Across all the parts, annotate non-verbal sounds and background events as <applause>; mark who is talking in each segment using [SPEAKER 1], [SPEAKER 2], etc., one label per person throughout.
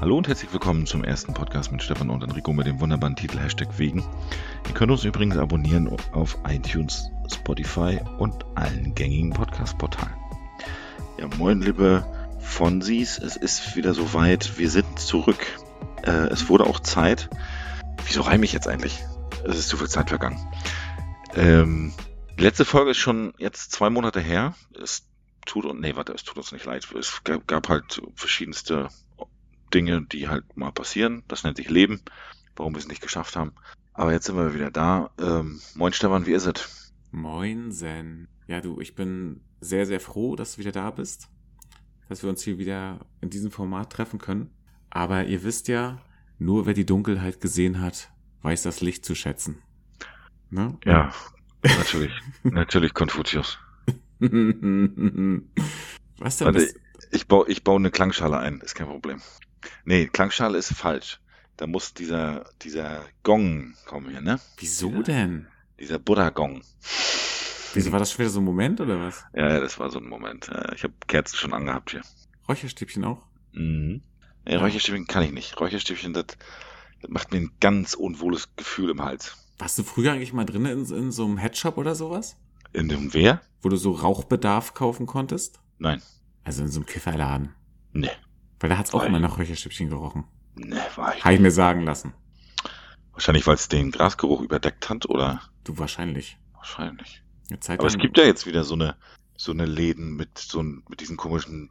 [SPEAKER 1] Hallo und herzlich willkommen zum ersten Podcast mit Stefan und Enrico mit dem wunderbaren Titel Hashtag Wegen. Ihr könnt uns übrigens abonnieren auf iTunes, Spotify und allen gängigen Podcast-Portalen. Ja, moin, liebe Fonsis, es ist wieder soweit. Wir sind zurück. Äh, es wurde auch Zeit. Wieso reime ich jetzt eigentlich? Es ist zu viel Zeit vergangen. Ähm, die letzte Folge ist schon jetzt zwei Monate her. Es tut uns, nee, warte, es tut uns nicht leid. Es gab, gab halt verschiedenste Dinge, die halt mal passieren. Das nennt sich Leben. Warum wir es nicht geschafft haben. Aber jetzt sind wir wieder da. Ähm, moin Stefan, wie ist es?
[SPEAKER 2] Moinsen. Ja, du, ich bin sehr, sehr froh, dass du wieder da bist. Dass wir uns hier wieder in diesem Format treffen können. Aber ihr wisst ja, nur wer die Dunkelheit gesehen hat, weiß das Licht zu schätzen. Ne? <laughs>
[SPEAKER 1] Ja, <laughs> natürlich. natürlich Konfuzius.
[SPEAKER 2] Was denn?
[SPEAKER 1] Warte,
[SPEAKER 2] Das,
[SPEAKER 1] Ich baue, ich baue eine Klangschale ein, ist kein Problem. Nee, Klangschale ist falsch. Da muss dieser, dieser Gong kommen hier, ne?
[SPEAKER 2] wieso denn?
[SPEAKER 1] Dieser Buddha-Gong.
[SPEAKER 2] Wieso war das schon wieder so ein Moment oder was?
[SPEAKER 1] Ja, ja, das war so ein Moment. Äh, Ich habe Kerzen schon angehabt hier.
[SPEAKER 2] Räucherstäbchen auch?
[SPEAKER 1] Mhm. Nee, Räucherstäbchen kann ich nicht. Räucherstäbchen, das, das macht mir ein ganz unwohles Gefühl im Hals.
[SPEAKER 2] Warst du früher eigentlich mal drin in, in so einem Headshop oder sowas?
[SPEAKER 1] In dem Wer?
[SPEAKER 2] Wo du so Rauchbedarf kaufen konntest?
[SPEAKER 1] Nein.
[SPEAKER 2] Also in so einem Kifferladen.
[SPEAKER 1] Nee.
[SPEAKER 2] Weil da hat's auch
[SPEAKER 1] Nein.
[SPEAKER 2] immer nach Räucherstäbchen gerochen.
[SPEAKER 1] Nee, Ne, war ich.
[SPEAKER 2] Habe ich mir sagen lassen.
[SPEAKER 1] Wahrscheinlich, weil es den Grasgeruch überdeckt hat, oder?
[SPEAKER 2] Du wahrscheinlich.
[SPEAKER 1] Wahrscheinlich.
[SPEAKER 2] Eine Zeit
[SPEAKER 1] Aber es
[SPEAKER 2] lang-
[SPEAKER 1] gibt ja jetzt wieder so eine, so eine Läden mit so ein- mit diesen komischen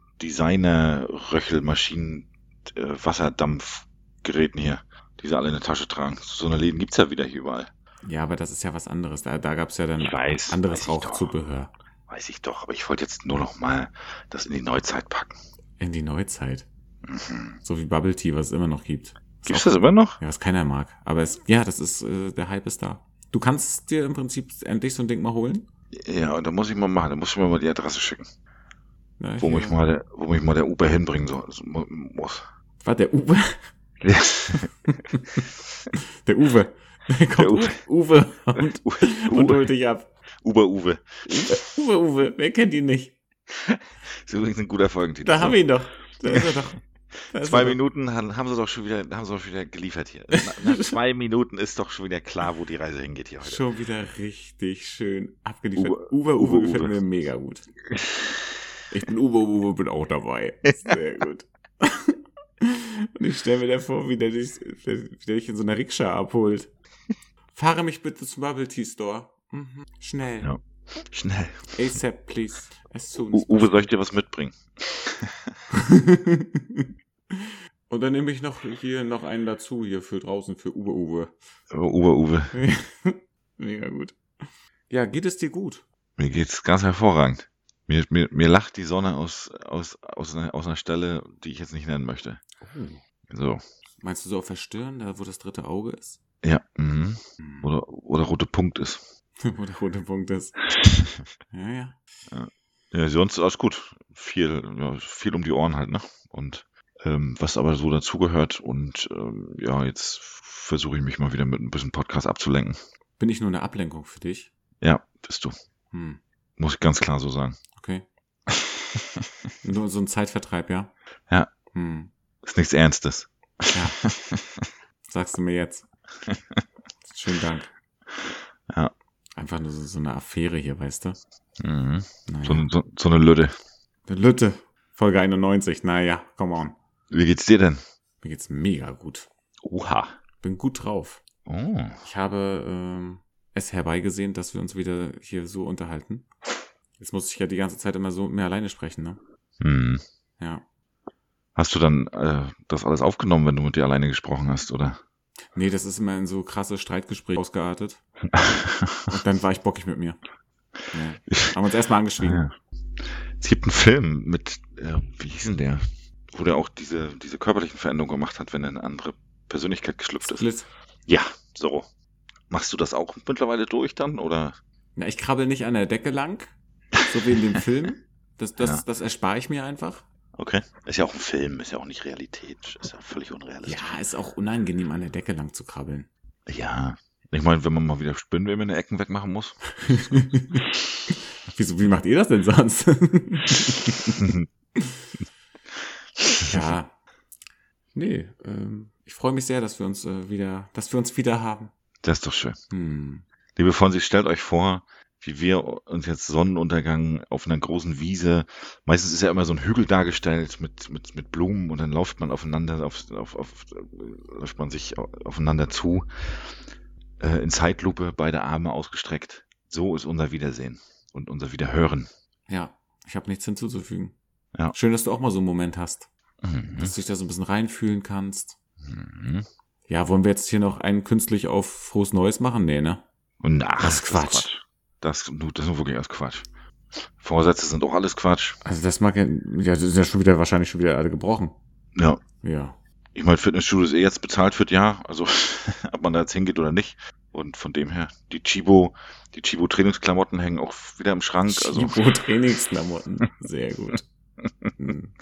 [SPEAKER 1] Designer-Röchelmaschinen, äh, Wasserdampfgeräten hier, die sie alle in der Tasche tragen. So eine Läden gibt's ja wieder hier überall.
[SPEAKER 2] Ja, aber das ist ja was anderes. Da, da gab's ja dann
[SPEAKER 1] Ich weiß, weiß
[SPEAKER 2] Hm, anderes
[SPEAKER 1] ich doch.
[SPEAKER 2] Rauchzubehör
[SPEAKER 1] Weiß ich doch, aber ich wollte jetzt nur noch mal das in die Neuzeit packen.
[SPEAKER 2] in die Neuzeit.
[SPEAKER 1] Mhm.
[SPEAKER 2] So wie Bubble Tea, was es immer noch gibt. Was
[SPEAKER 1] Gibt's
[SPEAKER 2] auch-
[SPEAKER 1] das immer noch?
[SPEAKER 2] Ja, was keiner mag. Aber es, ja, das ist, äh, der Hype ist da. Du kannst dir im Prinzip endlich so ein Ding mal holen.
[SPEAKER 1] Ja, und da muss ich mal machen, da muss ich mir mal die Adresse schicken,
[SPEAKER 2] Ne,
[SPEAKER 1] wo
[SPEAKER 2] hier.
[SPEAKER 1] mich mal der, wo mich mal der Uber hinbringen soll, so, mu- <laughs> muss.
[SPEAKER 2] War der Uwe? <laughs> Der Uwe. Der kommt
[SPEAKER 1] Uwe.
[SPEAKER 2] Uwe. Uwe und, <laughs> und holt dich ab.
[SPEAKER 1] Uber Uwe.
[SPEAKER 2] Uwe, Uwe, wer kennt ihn nicht?
[SPEAKER 1] Ist übrigens ein guter Folgentitel.
[SPEAKER 2] Da haben wir ihn doch. Da ist er doch. Da ist
[SPEAKER 1] Zwei
[SPEAKER 2] er doch.
[SPEAKER 1] Minuten han- haben sie doch schon wieder, haben sie doch schon wieder geliefert hier. Na,
[SPEAKER 2] <laughs>
[SPEAKER 1] nach zwei Minuten ist doch schon wieder klar, wo die Reise hingeht hier heute.
[SPEAKER 2] Schon wieder richtig schön abgeliefert.
[SPEAKER 1] Uwe-
[SPEAKER 2] Uwe, Uwe,
[SPEAKER 1] Uwe,
[SPEAKER 2] gefällt
[SPEAKER 1] Uwe.
[SPEAKER 2] mir
[SPEAKER 1] <laughs>
[SPEAKER 2] mega gut. Ich bin Uwe, Uwe, bin auch dabei. Sehr gut. <laughs> Und ich stelle mir da vor, wie der, dich, wie der dich in so einer Rikscha abholt. Fahre mich bitte zum Bubble Tea Store. Mhm. Schnell.
[SPEAKER 1] Ja. Schnell.
[SPEAKER 2] ASAP, please. As soon
[SPEAKER 1] U
[SPEAKER 2] as
[SPEAKER 1] Uwe, soll ich dir was mitbringen?
[SPEAKER 2] possible. <laughs> Und dann nehme ich noch hier noch einen dazu, hier für draußen, für Uwe, Uwe. <laughs>
[SPEAKER 1] Uwe, Uwe.
[SPEAKER 2] mega gut. Ja, geht es dir gut?
[SPEAKER 1] Mir geht's ganz hervorragend. Mir, mir, mir lacht die Sonne aus, aus, aus, einer, aus einer Stelle, die ich jetzt nicht nennen möchte. So.
[SPEAKER 2] Meinst du so auf der Stirn, da wo das dritte Auge ist? Hm.
[SPEAKER 1] Ja. Mhm. Oder, oder rote Punkt ist.
[SPEAKER 2] <laughs> Wo der rote Punkt
[SPEAKER 1] <laughs>
[SPEAKER 2] ist. Ja, ja.
[SPEAKER 1] Ja, sonst alles gut. Viel, ja, viel um die Ohren halt, ne? Und ähm, was aber so dazugehört und ähm, ja, jetzt versuche ich mich mal wieder mit ein bisschen Podcast abzulenken.
[SPEAKER 2] Bin ich nur eine Ablenkung für dich?
[SPEAKER 1] Ja, bist du.
[SPEAKER 2] Hm,
[SPEAKER 1] Muss ich ganz klar so <laughs> sagen.
[SPEAKER 2] okay. Nur so ein Zeitvertreib, ja?
[SPEAKER 1] Ja.
[SPEAKER 2] Hm,
[SPEAKER 1] Ist nichts Ernstes.
[SPEAKER 2] ja. Sagst du
[SPEAKER 1] <laughs>
[SPEAKER 2] mir jetzt. Schönen Dank.
[SPEAKER 1] Ja.
[SPEAKER 2] Einfach nur so, so eine Affäre hier, weißt du?
[SPEAKER 1] Mhm. So,
[SPEAKER 2] Naja.
[SPEAKER 1] eine- so, so eine Lütte.
[SPEAKER 2] Der Lütte, Folge 91. Naja, come on.
[SPEAKER 1] Wie geht's dir denn?
[SPEAKER 2] Mir geht's mega gut.
[SPEAKER 1] Oha.
[SPEAKER 2] Bin gut drauf.
[SPEAKER 1] Oh.
[SPEAKER 2] Ich habe ähm, es herbeigesehen, dass wir uns wieder hier so unterhalten. Jetzt muss ich ja die ganze Zeit immer so mit mir alleine sprechen, ne?
[SPEAKER 1] Hm.
[SPEAKER 2] Ja.
[SPEAKER 1] Hast du dann äh, das alles aufgenommen, wenn du mit dir alleine gesprochen hast, <laughs> oder?
[SPEAKER 2] Nee, das ist immer in so krasse Streitgespräche ausgeartet. Und dann war ich bockig mit mir. Ja. Haben uns erstmal angeschrieben.
[SPEAKER 1] Ja. Es gibt einen Film mit, äh, wie hieß denn der? Wo der auch diese, diese körperlichen Veränderungen gemacht hat, wenn er in eine andere Persönlichkeit geschlüpft ist.
[SPEAKER 2] Split.
[SPEAKER 1] Ja, so. Machst du das auch mittlerweile durch dann? Oder?
[SPEAKER 2] Na, ich krabbel nicht an der Decke lang, so wie in dem Film. Das, das,
[SPEAKER 1] Ja.
[SPEAKER 2] das erspare ich mir einfach.
[SPEAKER 1] Okay. Ist ja auch ein Film, ist ja auch nicht Realität, ist ja völlig unrealistisch.
[SPEAKER 2] Ja, ist auch unangenehm, an der Decke lang zu krabbeln.
[SPEAKER 1] Ja. Ich meine, wenn man mal wieder Spinnweben in den Ecken wegmachen muss. <laughs>
[SPEAKER 2] Wieso, wie macht ihr das denn sonst? Ja. Nee, ähm, ich freue mich sehr, dass wir uns äh, wieder, dass wir uns wieder haben.
[SPEAKER 1] Das ist doch schön.
[SPEAKER 2] Hm.
[SPEAKER 1] Liebe Fonsi, stellt euch vor, wie wir uns jetzt Sonnenuntergang auf einer großen Wiese, meistens ist ja immer so ein Hügel dargestellt mit, mit, mit Blumen und dann läuft man aufeinander, auf, auf, auf, läuft man sich aufeinander zu, äh, in Zeitlupe, beide Arme ausgestreckt. So ist unser Wiedersehen und unser Wiederhören.
[SPEAKER 2] Ja, ich habe nichts hinzuzufügen.
[SPEAKER 1] Ja.
[SPEAKER 2] Schön, dass du auch mal so einen Moment hast,
[SPEAKER 1] Mhm.
[SPEAKER 2] dass du dich da so ein bisschen reinfühlen kannst.
[SPEAKER 1] Mhm.
[SPEAKER 2] Ja, wollen wir jetzt hier noch einen künstlich auf frohes Neues machen? Nee, ne?
[SPEAKER 1] Und ach,
[SPEAKER 2] Das ist Quatsch.
[SPEAKER 1] Das, das, das ist wirklich alles Quatsch. Vorsätze sind auch alles Quatsch.
[SPEAKER 2] Also das mag ja, ja, das ist ja schon wieder, wahrscheinlich schon wieder alle gebrochen.
[SPEAKER 1] Ja.
[SPEAKER 2] Ja.
[SPEAKER 1] Ich meine, Fitnessstudio ist eh jetzt bezahlt für ja, also <laughs> ob man da jetzt hingeht oder nicht. Und von dem her, die Chibo, die Chibo Trainingsklamotten hängen auch wieder im Schrank. Also
[SPEAKER 2] Schibo <laughs> Trainingsklamotten. Sehr gut. Hm.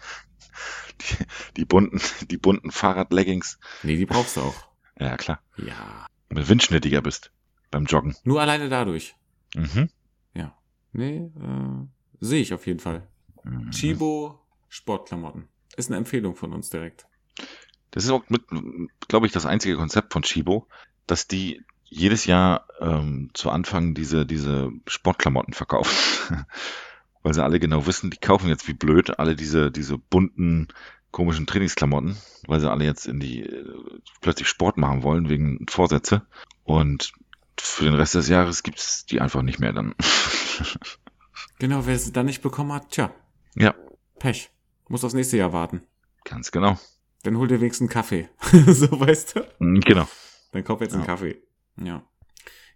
[SPEAKER 1] die, die bunten, <laughs> die bunten Fahrradleggings.
[SPEAKER 2] Nee, die brauchst du auch.
[SPEAKER 1] Ja, klar.
[SPEAKER 2] Ja.
[SPEAKER 1] Wenn du windschnittiger bist beim Joggen.
[SPEAKER 2] Nur alleine dadurch.
[SPEAKER 1] Mhm.
[SPEAKER 2] Nee, äh, sehe ich auf jeden Fall.
[SPEAKER 1] Mhm.
[SPEAKER 2] Chibo Sportklamotten. Ist eine Empfehlung von uns direkt.
[SPEAKER 1] Das ist auch mit, glaube ich, das einzige Konzept von Chibo, dass die jedes Jahr ähm, zu Anfang diese, diese Sportklamotten verkaufen. <laughs> Weil sie alle genau wissen, die kaufen jetzt wie blöd alle diese, diese bunten, komischen Trainingsklamotten, weil sie alle jetzt in die äh, plötzlich Sport machen wollen wegen Vorsätze. Und für den Rest des Jahres gibt's die einfach nicht mehr dann. <laughs>
[SPEAKER 2] Genau, wer sie dann nicht bekommen hat, tja.
[SPEAKER 1] Ja.
[SPEAKER 2] Pech. Muss aufs nächste Jahr warten.
[SPEAKER 1] Ganz genau.
[SPEAKER 2] Dann hol dir wenigstens einen Kaffee. <laughs> so weißt du.
[SPEAKER 1] Mhm, Genau.
[SPEAKER 2] Dann kauf jetzt einen
[SPEAKER 1] Ja.
[SPEAKER 2] Kaffee. Ja.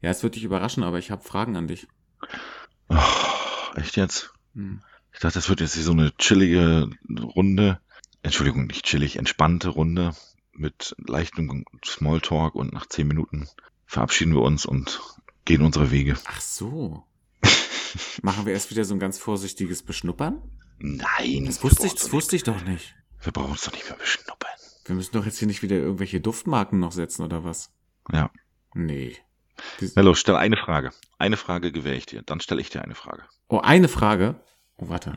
[SPEAKER 2] Ja, es wird dich überraschen, aber ich habe Fragen an dich.
[SPEAKER 1] Oh, echt jetzt?
[SPEAKER 2] Hm.
[SPEAKER 1] Ich dachte, das wird jetzt hier so eine chillige Runde. Entschuldigung, nicht chillig, entspannte Runde mit leichtem Smalltalk und nach zehn Minuten verabschieden wir uns und gehen unsere Wege.
[SPEAKER 2] Ach so. <laughs> Machen wir erst wieder so ein ganz vorsichtiges Beschnuppern?
[SPEAKER 1] Nein,
[SPEAKER 2] Das
[SPEAKER 1] wir
[SPEAKER 2] wusste ich,
[SPEAKER 1] brauchen
[SPEAKER 2] das
[SPEAKER 1] uns
[SPEAKER 2] wusste ich doch nicht.
[SPEAKER 1] doch- Wir brauchen uns doch nicht mehr beschnuppern.
[SPEAKER 2] Wir müssen doch jetzt hier nicht wieder irgendwelche Duftmarken noch setzen oder was?
[SPEAKER 1] Ja.
[SPEAKER 2] Nee. Die-
[SPEAKER 1] Na los, stell eine Frage. Eine Frage gewähre ich dir, dann stelle ich dir eine Frage.
[SPEAKER 2] Oh, eine Frage. Oh, warte.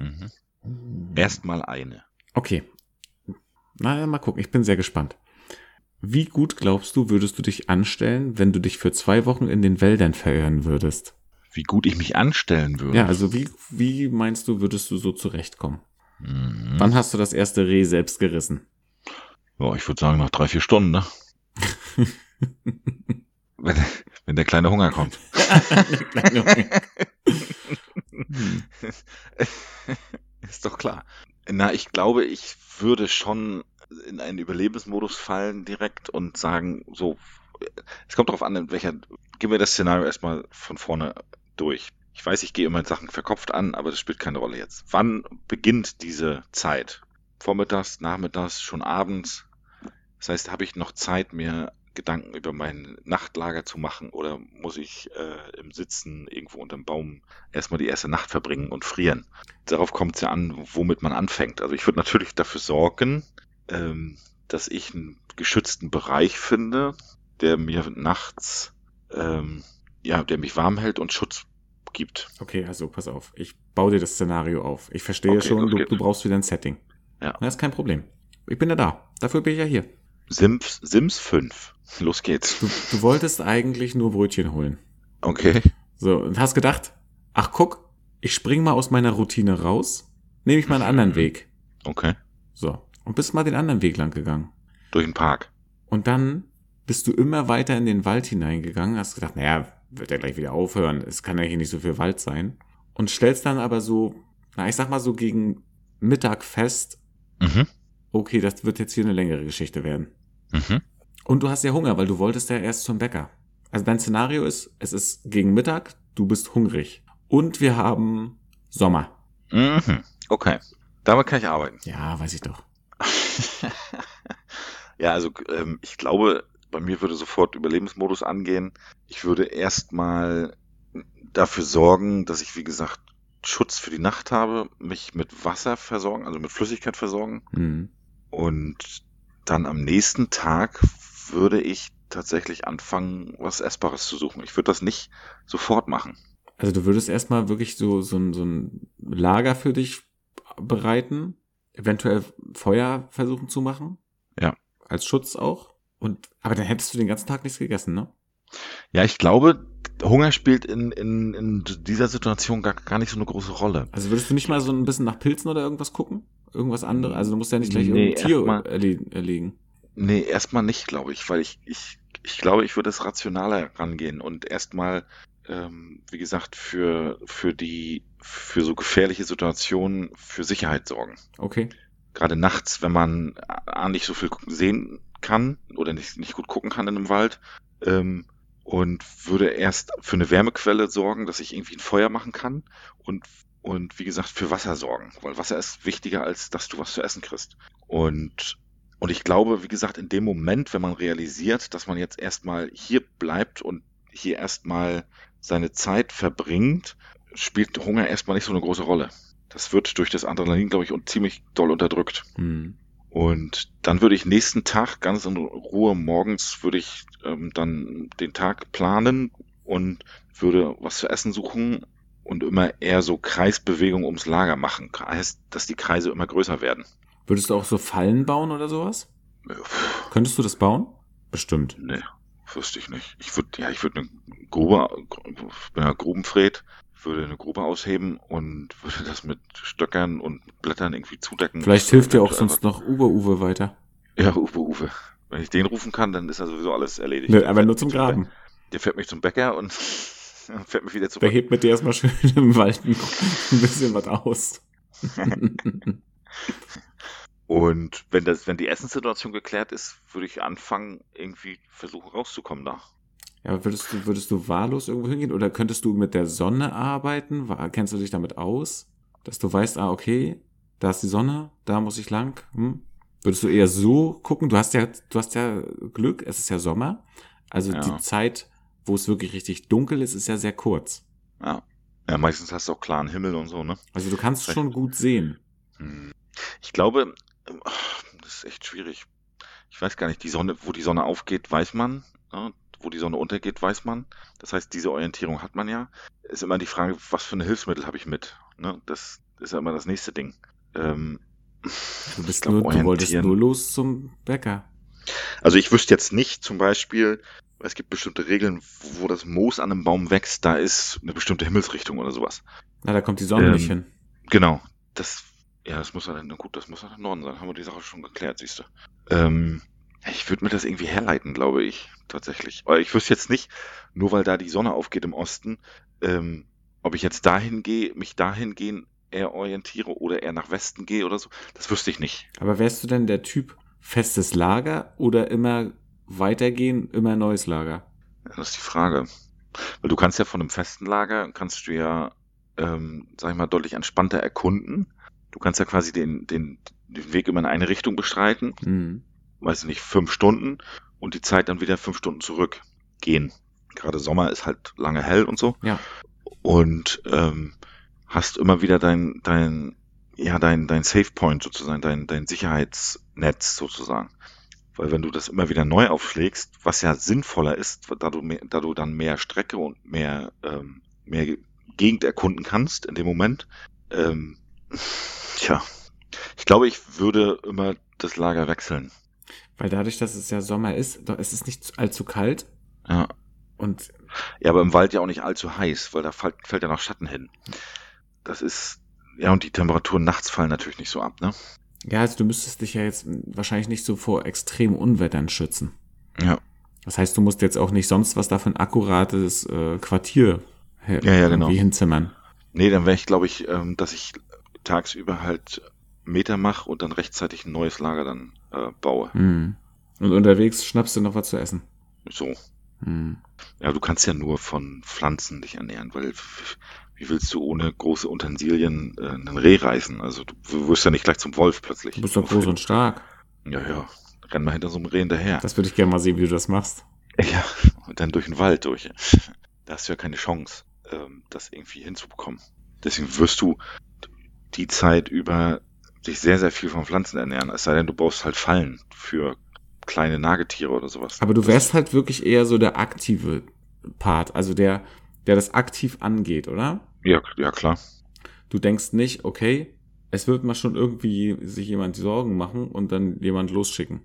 [SPEAKER 1] Mhm. Erstmal eine.
[SPEAKER 2] Okay. Na, ja, mal gucken. Ich bin sehr gespannt. Wie gut glaubst du, würdest du dich anstellen, wenn du dich für zwei Wochen in den Wäldern verirren würdest?
[SPEAKER 1] Wie gut ich mich anstellen würde.
[SPEAKER 2] Ja, also wie, wie meinst du, würdest du so zurechtkommen?
[SPEAKER 1] Mhm.
[SPEAKER 2] Wann hast du das erste Reh
[SPEAKER 1] <laughs>
[SPEAKER 2] selbst gerissen?
[SPEAKER 1] Ja, ich würde sagen, nach drei, vier Stunden,
[SPEAKER 2] <laughs>
[SPEAKER 1] ne? wenn, wenn der kleine Hunger kommt.
[SPEAKER 2] Hm.
[SPEAKER 1] <laughs> Ist doch klar. Na, ich glaube, ich würde schon in einen Überlebensmodus fallen direkt und sagen, so, es kommt darauf an, in welcher, gehen wir das Szenario erstmal von vorne durch. Ich weiß, ich gehe immer Sachen verkopft an, aber das spielt keine Rolle jetzt. Wann beginnt diese Zeit? Vormittags, nachmittags, schon abends? Das heißt, habe ich noch Zeit, mir Gedanken über mein Nachtlager zu machen oder muss ich äh, im Sitzen irgendwo unterm Baum erstmal die erste Nacht verbringen und frieren? darauf kommt es ja an, womit man anfängt. Also ich würde natürlich dafür sorgen, ähm, dass ich einen geschützten Bereich finde, der mir nachts, ähm, ja, der mich warm hält und Schutz gibt.
[SPEAKER 2] Okay, also pass auf. Ich baue dir das Szenario auf. Ich verstehe
[SPEAKER 1] Okay,
[SPEAKER 2] schon,
[SPEAKER 1] los
[SPEAKER 2] du,
[SPEAKER 1] geht's.
[SPEAKER 2] du brauchst wieder ein Setting.
[SPEAKER 1] Ja.
[SPEAKER 2] Das ist kein Problem. Ich bin ja da. Dafür bin ich ja hier.
[SPEAKER 1] Sims, Sims 5. <laughs> Los geht's.
[SPEAKER 2] Du, du wolltest eigentlich nur Brötchen holen.
[SPEAKER 1] Okay.
[SPEAKER 2] So, und hast gedacht, ach guck, ich spring mal aus meiner Routine raus, nehme ich mal einen anderen Weg.
[SPEAKER 1] Okay.
[SPEAKER 2] So, und bist mal den anderen Weg lang gegangen.
[SPEAKER 1] Durch den Park.
[SPEAKER 2] Und dann bist du immer weiter in den Wald hineingegangen, hast gedacht, naja, wird er gleich wieder aufhören, es kann ja hier nicht so viel Wald sein. Und stellst dann aber so, na, ich sag mal so gegen Mittag fest,
[SPEAKER 1] Mhm.
[SPEAKER 2] okay, das wird jetzt hier eine längere Geschichte werden.
[SPEAKER 1] Mhm.
[SPEAKER 2] Und du hast ja Hunger, weil du wolltest ja erst zum Bäcker. Also dein Szenario ist, es ist gegen Mittag, du bist hungrig. Und wir haben Sommer.
[SPEAKER 1] Mhm. Okay. Damit kann ich arbeiten.
[SPEAKER 2] Ja, weiß ich doch.
[SPEAKER 1] Ja, also ähm, ich glaube, bei mir würde sofort Überlebensmodus angehen. Ich würde erstmal dafür sorgen, dass ich, wie gesagt, Schutz für die Nacht habe, mich mit Wasser versorgen, also mit Flüssigkeit versorgen.
[SPEAKER 2] Hm.
[SPEAKER 1] Und dann am nächsten Tag würde ich tatsächlich anfangen, was Essbares zu suchen. Ich würde das nicht sofort machen.
[SPEAKER 2] Also du würdest erstmal wirklich so, so, ein- so ein Lager für dich bereiten, eventuell Feuer versuchen zu machen.
[SPEAKER 1] Ja.
[SPEAKER 2] als Schutz auch. Und, aber dann hättest du den ganzen Tag nichts gegessen, ne?
[SPEAKER 1] Ja, ich glaube, Hunger spielt in, in, in dieser Situation gar, gar nicht so eine große Rolle.
[SPEAKER 2] Also würdest du nicht mal so ein bisschen nach Pilzen oder irgendwas gucken? Irgendwas anderes? Also du musst ja nicht gleich
[SPEAKER 1] Nee,
[SPEAKER 2] irgendein Tier
[SPEAKER 1] erstmal-
[SPEAKER 2] erle- erlegen.
[SPEAKER 1] Nee, erstmal nicht, glaube ich, weil ich, ich, ich glaube, ich würde es rationaler rangehen und erstmal, ähm, wie gesagt, für, für die, für so gefährliche Situationen für Sicherheit sorgen.
[SPEAKER 2] Okay.
[SPEAKER 1] Gerade nachts, wenn man A, nicht so viel gu- sehen kann oder nicht, nicht gut gucken kann in einem Wald, ähm, und würde erst für eine Wärmequelle sorgen, dass ich irgendwie ein Feuer machen kann und, und wie gesagt, für Wasser sorgen, weil Wasser ist wichtiger, als dass du was zu essen kriegst. Und, und ich glaube, wie gesagt, in dem Moment, wenn man realisiert, dass man jetzt erstmal hier bleibt und hier erstmal seine Zeit verbringt, spielt Hunger erstmal nicht so eine große Rolle. Das wird durch das Adrenalin, glaube ich, und ziemlich doll unterdrückt.
[SPEAKER 2] Hm.
[SPEAKER 1] Und dann würde ich nächsten Tag ganz in Ruhe morgens würde ich ähm, dann den Tag planen und würde was zu essen suchen und immer eher so Kreisbewegungen ums Lager machen. Heißt, dass die Kreise immer größer werden. Äh,
[SPEAKER 2] Würdest du auch so Fallen bauen oder sowas? Könntest du das bauen? Bestimmt.
[SPEAKER 1] Nee, wüsste ich nicht. Ich würde, ja, ich würde eine Grube, ich bin ja Grubenfred, würde eine Grube ausheben und <laughs> würde das mit Stöckern und Blättern irgendwie zudecken.
[SPEAKER 2] Vielleicht hilft dir auch sonst noch Uwe-Uwe weiter.
[SPEAKER 1] Ja, Uwe, Uwe. Wenn ich den rufen kann, dann ist ja sowieso alles erledigt.
[SPEAKER 2] Ne, aber nur zum Graben.
[SPEAKER 1] Der fährt mich zum Bäcker und <laughs> und fährt mich wieder
[SPEAKER 2] Der
[SPEAKER 1] zurück.
[SPEAKER 2] hebt mit dir erstmal schön <laughs> im Wald ein bisschen
[SPEAKER 1] <laughs>
[SPEAKER 2] was aus.
[SPEAKER 1] Und wenn das, wenn die Essenssituation geklärt ist, würde ich anfangen, irgendwie versuchen rauszukommen da.
[SPEAKER 2] Ja, aber würdest du, würdest du wahllos irgendwo hingehen oder könntest du mit der Sonne arbeiten? Wa- Kennst du dich damit aus? Dass du weißt, ah, okay, da ist die Sonne, da muss ich lang. Hm? Würdest du eher so gucken? Du hast ja, du hast ja Glück, es ist ja Sommer. Also
[SPEAKER 1] Ja.
[SPEAKER 2] die Zeit, wo es wirklich richtig dunkel ist, ist ja sehr kurz.
[SPEAKER 1] Ja. ja meistens hast du auch klaren Himmel und so, ne?
[SPEAKER 2] Also du kannst schon gut sehen.
[SPEAKER 1] Hm. Ich glaube, ähm, ach, das ist echt schwierig. Ich weiß gar nicht, die Sonne, wo die Sonne aufgeht, weiß man. Ja, wo die Sonne untergeht, weiß man. Das heißt, diese Orientierung hat man ja. Ist immer die Frage, was für ein Hilfsmittel habe ich mit? Ne? Das ist ja immer das nächste Ding. Ähm, <laughs>
[SPEAKER 2] Du,
[SPEAKER 1] ich
[SPEAKER 2] bist
[SPEAKER 1] glaub,
[SPEAKER 2] nur, du wolltest
[SPEAKER 1] orientieren-
[SPEAKER 2] nur los zum Bäcker.
[SPEAKER 1] Also ich wüsste jetzt nicht zum Beispiel, es gibt bestimmte Regeln, wo das Moos an einem Baum wächst, da ist eine bestimmte Himmelsrichtung oder sowas.
[SPEAKER 2] Na, da kommt die Sonne
[SPEAKER 1] Ähm,
[SPEAKER 2] nicht hin.
[SPEAKER 1] Genau. Das, ja, das muss ja dann, na gut, das muss ja dann Norden sein. Haben wir die Sache schon geklärt, siehst du. Ähm, ich würde mir das irgendwie herleiten, glaube ich, tatsächlich. Aber ich wüsste jetzt nicht, nur weil da die Sonne aufgeht im Osten, ähm, ob ich jetzt dahin gehe, mich dahin gehen, eher orientiere oder eher nach Westen gehe oder so, das wüsste ich nicht.
[SPEAKER 2] Aber wärst du denn der Typ festes Lager oder immer weitergehen, immer neues Lager?
[SPEAKER 1] Ja, Das ist die Frage. Weil du kannst ja von einem festen Lager, kannst du ja, ähm, sag ich mal, deutlich entspannter erkunden. Du kannst ja quasi den, den, den Weg immer in eine Richtung bestreiten,
[SPEAKER 2] Mhm.
[SPEAKER 1] weiß ich nicht, fünf Stunden und die Zeit dann wieder fünf Stunden zurückgehen. Gerade Sommer ist halt lange hell und so.
[SPEAKER 2] Ja.
[SPEAKER 1] Und ähm, hast immer wieder dein, dein, ja, dein, dein Safe Point sozusagen, dein, dein Sicherheitsnetz sozusagen. Weil wenn du das immer wieder neu aufschlägst, was ja sinnvoller ist, da du, mehr, da du dann mehr Strecke und mehr, ähm, mehr Gegend erkunden kannst in dem Moment, ähm, tja, ich glaube, ich würde immer das Lager wechseln.
[SPEAKER 2] Weil dadurch, dass es ja Sommer ist, doch, es ist nicht allzu kalt
[SPEAKER 1] Ja.
[SPEAKER 2] und
[SPEAKER 1] ja, aber im Wald ja auch nicht allzu heiß, weil da fall, fällt ja noch Schatten hin. Das ist, ja, und die Temperaturen nachts fallen natürlich nicht so ab, ne?
[SPEAKER 2] ja, also du müsstest dich ja jetzt wahrscheinlich nicht so vor extremen Unwettern schützen.
[SPEAKER 1] Ja.
[SPEAKER 2] Das heißt, du musst jetzt auch nicht sonst was davon akkurates äh, Quartier her-
[SPEAKER 1] Ja, ja, genau.
[SPEAKER 2] irgendwie hinzimmern.
[SPEAKER 1] Nee, dann wäre ich, glaube ich, ähm, dass ich tagsüber halt Meter mache und dann rechtzeitig ein neues Lager dann äh, baue.
[SPEAKER 2] Mhm. Und unterwegs schnappst du noch was zu essen.
[SPEAKER 1] So.
[SPEAKER 2] Mhm.
[SPEAKER 1] Ja, du kannst ja nur von Pflanzen dich ernähren, weil f- wie willst du ohne große Utensilien äh, einen Reh reißen? Also du wirst ja nicht gleich zum Wolf plötzlich.
[SPEAKER 2] Du bist doch groß und stark.
[SPEAKER 1] Ja, ja. Renn mal hinter so einem Reh hinterher.
[SPEAKER 2] Das würde ich gerne mal sehen, wie du das machst.
[SPEAKER 1] <laughs> Ja, und dann durch den Wald durch. Da hast du ja keine Chance, ähm, das irgendwie hinzubekommen. Deswegen wirst du die Zeit über dich sehr, sehr viel von Pflanzen ernähren. Es sei denn, du baust halt Fallen für kleine Nagetiere oder sowas.
[SPEAKER 2] Aber du wärst halt wirklich eher so der aktive Part, also der, der das aktiv angeht, oder?
[SPEAKER 1] Ja, ja klar.
[SPEAKER 2] Du denkst nicht, okay, es wird mal schon irgendwie sich jemand Sorgen machen und dann jemand losschicken.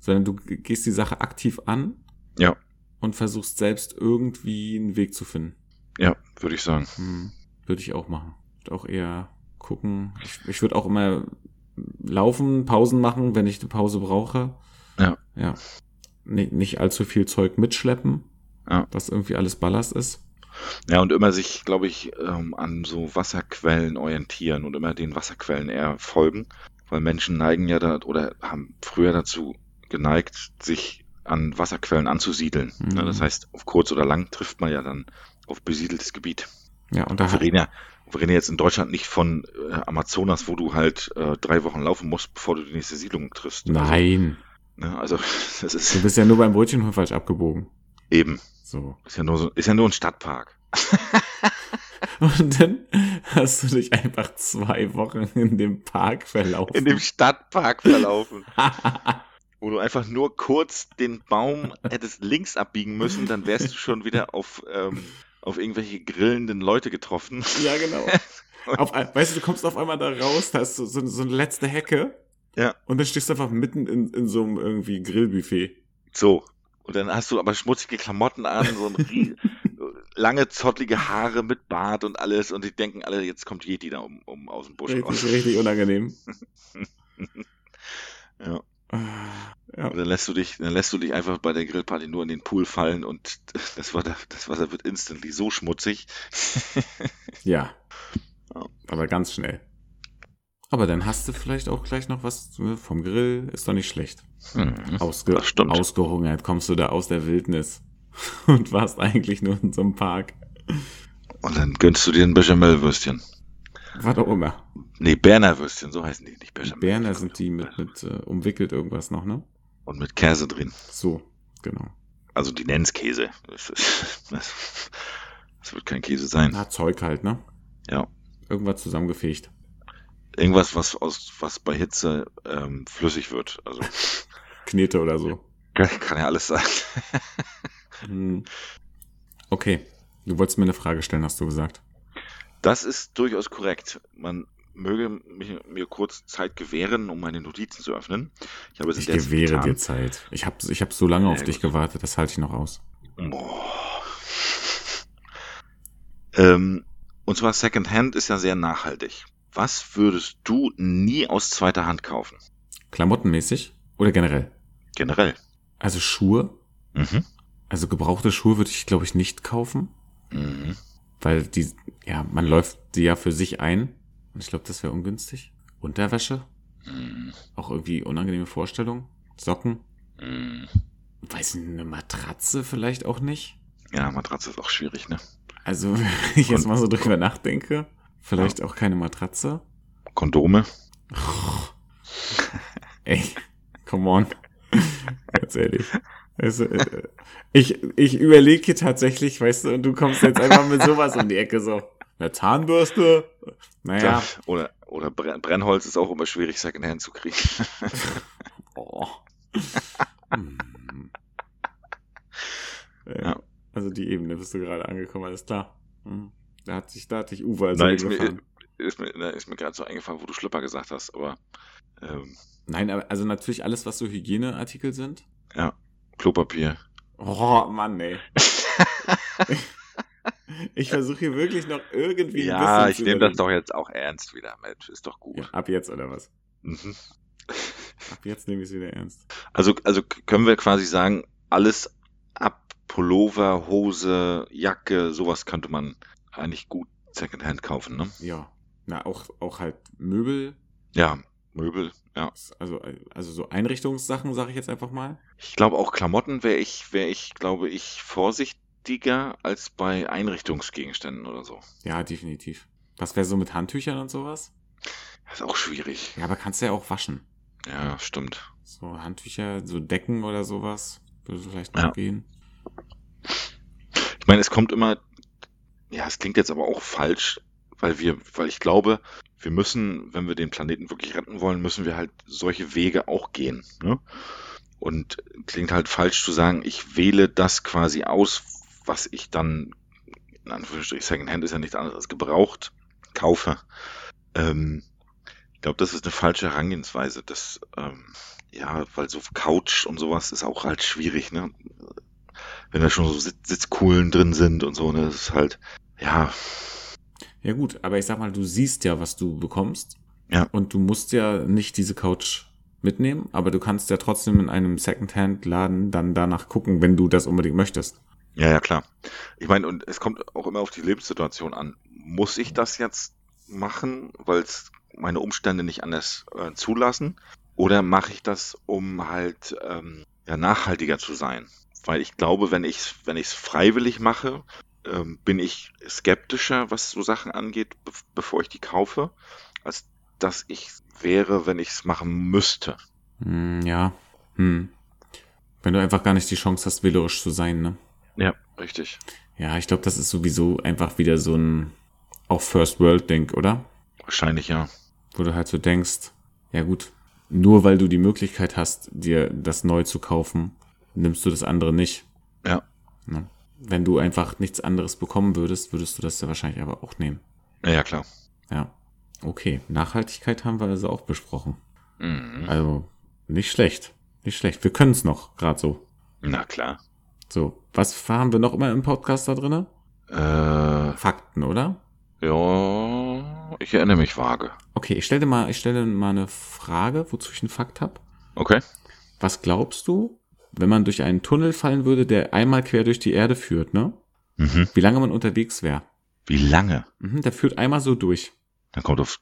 [SPEAKER 2] sondern du g- gehst die Sache aktiv an
[SPEAKER 1] Ja.
[SPEAKER 2] und versuchst selbst irgendwie einen Weg zu finden.
[SPEAKER 1] Ja, würde ich sagen.
[SPEAKER 2] Hm, würde ich auch machen. Würde auch eher gucken. Ich, ich würde auch immer laufen, Pausen machen, wenn ich eine Pause brauche.
[SPEAKER 1] Ja.
[SPEAKER 2] Ja. Ni- nicht allzu viel Zeug mitschleppen,
[SPEAKER 1] Ja.
[SPEAKER 2] dass irgendwie alles Ballast ist.
[SPEAKER 1] Ja, und immer sich, glaube ich, ähm, an so Wasserquellen orientieren und immer den Wasserquellen eher folgen, weil Menschen neigen ja da oder haben früher dazu geneigt, sich an Wasserquellen anzusiedeln.
[SPEAKER 2] Mhm.
[SPEAKER 1] Ja, das heißt, auf kurz oder lang trifft man ja dann auf besiedeltes Gebiet.
[SPEAKER 2] Ja, und da
[SPEAKER 1] Wir Also reden ja, wir reden ja jetzt in Deutschland nicht von äh, Amazonas, wo du halt äh, drei Wochen laufen musst, bevor du die nächste Siedlung triffst.
[SPEAKER 2] Nein.
[SPEAKER 1] Also, ne, also <laughs> das
[SPEAKER 2] Du
[SPEAKER 1] ist
[SPEAKER 2] bist ja nur beim Brötchenhof falsch abgebogen.
[SPEAKER 1] eben,
[SPEAKER 2] So. <laughs>
[SPEAKER 1] ist ja nur so, ist ja nur ein Stadtpark.
[SPEAKER 2] Und dann hast du dich einfach zwei Wochen in dem Park verlaufen.
[SPEAKER 1] In dem Stadtpark verlaufen. wo du einfach nur kurz den Baum hättest links abbiegen müssen, dann wärst du schon wieder auf, ähm, auf irgendwelche grillenden Leute getroffen. <laughs>
[SPEAKER 2] ja, genau. Auf, ein- weißt du, du kommst auf einmal da raus, da hast du so, so eine letzte Hecke.
[SPEAKER 1] Ja.
[SPEAKER 2] Und dann stehst du einfach mitten in, in so einem irgendwie Grillbuffet.
[SPEAKER 1] So. Und dann hast du aber schmutzige Klamotten an, so ein rie- lange zottlige Haare mit Bart und alles und die denken alle, jetzt kommt Yeti da um, um aus dem Busch raus.
[SPEAKER 2] Richtig, richtig unangenehm.
[SPEAKER 1] <laughs> Ja.
[SPEAKER 2] Ah,
[SPEAKER 1] Und dann lässt du dich, dann lässt du dich einfach bei der Grillparty nur in den Pool fallen und das Wasser, das Wasser wird instantly so schmutzig.
[SPEAKER 2] Ja.
[SPEAKER 1] Ja.
[SPEAKER 2] Aber ganz schnell. Aber dann hast du vielleicht auch gleich noch was ne, vom Grill. Ist doch nicht schlecht.
[SPEAKER 1] Hm.
[SPEAKER 2] Ausge
[SPEAKER 1] Das stimmt.
[SPEAKER 2] Ausgehungert kommst du da aus der Wildnis <laughs> und warst eigentlich nur in so einem Park.
[SPEAKER 1] Und dann gönnst du dir ein Bechamelwürstchen.
[SPEAKER 2] Was auch immer.
[SPEAKER 1] Nee, Berner Würstchen, so heißen die, nicht
[SPEAKER 2] Die
[SPEAKER 1] Bechamel.
[SPEAKER 2] Berner sind die mit, mit äh, umwickelt irgendwas noch, ne?
[SPEAKER 1] Und mit Käse drin.
[SPEAKER 2] So, genau.
[SPEAKER 1] Also die nennen es Käse. Das, ist, <laughs> das, das wird kein Käse sein.
[SPEAKER 2] Na, Zeug halt, ne?
[SPEAKER 1] Ja.
[SPEAKER 2] Irgendwas zusammengefegt.
[SPEAKER 1] Irgendwas, was aus, was bei Hitze ähm, flüssig wird.
[SPEAKER 2] <laughs>
[SPEAKER 1] Also
[SPEAKER 2] Knete oder so.
[SPEAKER 1] kann, kann ja alles sein. <laughs>
[SPEAKER 2] Hm. Okay. Du wolltest mir eine Frage stellen, hast du gesagt.
[SPEAKER 1] Das ist durchaus korrekt. Man möge mich, mir kurz Zeit gewähren, um meine Notizen zu öffnen. Ich habe es
[SPEAKER 2] Ich
[SPEAKER 1] in der Zeit
[SPEAKER 2] gewähre
[SPEAKER 1] getan.
[SPEAKER 2] dir Zeit. Ich habe ich hab so lange auf
[SPEAKER 1] Sehr
[SPEAKER 2] dich gewartet, das halte ich noch aus.
[SPEAKER 1] Hm. Boah. Ähm, und zwar Secondhand ist ja sehr nachhaltig. Was würdest du nie aus zweiter Hand kaufen?
[SPEAKER 2] Klamottenmäßig oder generell?
[SPEAKER 1] Generell.
[SPEAKER 2] Also Schuhe.
[SPEAKER 1] Mhm.
[SPEAKER 2] Also gebrauchte Schuhe würde ich, glaube ich, nicht kaufen,
[SPEAKER 1] Mhm.
[SPEAKER 2] weil die, ja, man läuft die ja für sich ein. Und ich glaube, das wäre ungünstig. Unterwäsche,
[SPEAKER 1] Mhm.
[SPEAKER 2] auch irgendwie unangenehme Vorstellung. Socken,
[SPEAKER 1] Mhm.
[SPEAKER 2] weiß nicht, eine Matratze vielleicht auch nicht.
[SPEAKER 1] Ja, Matratze ist auch schwierig, ne?
[SPEAKER 2] Also, <laughs> wenn ich jetzt mal so drüber nachdenke, vielleicht auch keine Matratze. <laughs>
[SPEAKER 1] Kondome?
[SPEAKER 2] Ey, come on. <laughs> Ganz ehrlich. Also, äh, ich ich überlege hier tatsächlich, weißt du, und du kommst jetzt einfach mit sowas um die Ecke, so. Eine Zahnbürste? Naja.
[SPEAKER 1] Ja. Oder, oder Brenn- Brennholz ist auch immer schwierig, Secondhand zu kriegen. <laughs>
[SPEAKER 2] Oh. Hm. Äh,
[SPEAKER 1] Ja.
[SPEAKER 2] Also die Ebene bist du gerade angekommen, alles klar. Hm. Da hat sich, da hat dich Uwe also
[SPEAKER 1] Nein, ist
[SPEAKER 2] gefahren.
[SPEAKER 1] mir, ist mir, na, ist mir gerade so eingefallen, wo du Schlüpper gesagt hast, aber ähm,
[SPEAKER 2] Nein, aber also natürlich alles, was so Hygieneartikel sind.
[SPEAKER 1] Klopapier.
[SPEAKER 2] Oh, Mann,
[SPEAKER 1] <laughs>
[SPEAKER 2] ey. ich versuche hier wirklich noch irgendwie
[SPEAKER 1] ja,
[SPEAKER 2] ein bisschen
[SPEAKER 1] ich nehme das
[SPEAKER 2] überlegen.
[SPEAKER 1] doch jetzt auch ernst wieder, Mensch, ist doch gut.
[SPEAKER 2] Ja, ab jetzt oder was?
[SPEAKER 1] Mhm.
[SPEAKER 2] Ab jetzt nehme ich es wieder ernst.
[SPEAKER 1] Also, also k- können wir quasi sagen, alles ab Pullover, Hose, Jacke, sowas könnte man eigentlich gut Secondhand kaufen, ne?
[SPEAKER 2] Ja. Na, auch, auch halt Möbel,
[SPEAKER 1] Ja, Möbel, ja.
[SPEAKER 2] also, also so Einrichtungssachen, sage ich jetzt einfach mal.
[SPEAKER 1] Ich glaube, auch Klamotten wäre ich, wäre ich, glaube ich, vorsichtiger als bei Einrichtungsgegenständen oder so.
[SPEAKER 2] Ja, definitiv. Was wäre so mit Handtüchern und sowas?
[SPEAKER 1] Das ist auch schwierig.
[SPEAKER 2] Ja, aber kannst du ja auch waschen.
[SPEAKER 1] Ja, stimmt.
[SPEAKER 2] So Handtücher, so Decken oder sowas. Würde vielleicht noch
[SPEAKER 1] Ja.
[SPEAKER 2] gehen.
[SPEAKER 1] Ich meine, es kommt immer, ja, es klingt jetzt aber auch falsch, weil wir, weil ich glaube, wir müssen, wenn wir den Planeten wirklich retten wollen, müssen wir halt solche Wege auch gehen. Ne? Und klingt halt falsch zu sagen, ich wähle das quasi aus, was ich dann, in Anführungsstrichen, Secondhand ist ja nichts anderes als gebraucht, kaufe. Ähm, ich glaube, das ist eine falsche Herangehensweise. Das ähm, Ja, weil so Couch und sowas ist auch halt schwierig, ne? Wenn da schon so Sitz Sitzkohlen drin sind und so, ne? Das ist halt, ja,
[SPEAKER 2] Ja gut, aber ich sag mal, du siehst ja, was du bekommst.
[SPEAKER 1] Ja.
[SPEAKER 2] Und du musst ja nicht diese Couch mitnehmen, aber du kannst ja trotzdem in einem Secondhand-Laden dann danach gucken, wenn du das unbedingt möchtest.
[SPEAKER 1] Ja, ja, klar. Ich meine, und es kommt auch immer auf die Lebenssituation an. Muss ich das jetzt machen, weil es meine Umstände nicht anders äh, zulassen? Oder mache ich das, um halt ähm, ja, nachhaltiger zu sein? Weil ich glaube, wenn ich es wenn ich's freiwillig mache, ähm, bin ich skeptischer, was so Sachen angeht, be bevor ich die kaufe, als dass ich wäre, wenn ich es machen müsste.
[SPEAKER 2] Hm, ja. Hm. Wenn du einfach gar nicht die Chance hast, wählerisch zu sein, ne?
[SPEAKER 1] Ja. Richtig.
[SPEAKER 2] Ja, ich glaube, das ist sowieso einfach wieder so ein auch First World-Ding, oder?
[SPEAKER 1] Wahrscheinlich ja.
[SPEAKER 2] Wo du halt so denkst, ja gut, nur weil du die Möglichkeit hast, dir das neu zu kaufen, nimmst du das andere nicht.
[SPEAKER 1] Ja.
[SPEAKER 2] Ne? Wenn du einfach nichts anderes bekommen würdest, würdest du das ja wahrscheinlich aber auch nehmen.
[SPEAKER 1] Ja, ja klar.
[SPEAKER 2] Ja. Okay, Nachhaltigkeit haben wir also auch besprochen.
[SPEAKER 1] Mhm.
[SPEAKER 2] Also nicht schlecht, nicht schlecht. Wir können es noch, gerade so.
[SPEAKER 1] Na klar.
[SPEAKER 2] So, was haben wir noch immer im Podcast da drinne?
[SPEAKER 1] Äh,
[SPEAKER 2] Fakten, oder?
[SPEAKER 1] Ja, ich erinnere mich vage.
[SPEAKER 2] Okay, ich stelle mal, ich stelle mal eine Frage, wozu ich einen Fakt habe.
[SPEAKER 1] Okay.
[SPEAKER 2] Was glaubst du, wenn man durch einen Tunnel fallen würde, der einmal quer durch die Erde führt, ne?
[SPEAKER 1] Mhm.
[SPEAKER 2] Wie lange man unterwegs wäre?
[SPEAKER 1] Wie lange?
[SPEAKER 2] Mhm, der führt einmal so durch.
[SPEAKER 1] Dann kommt auf.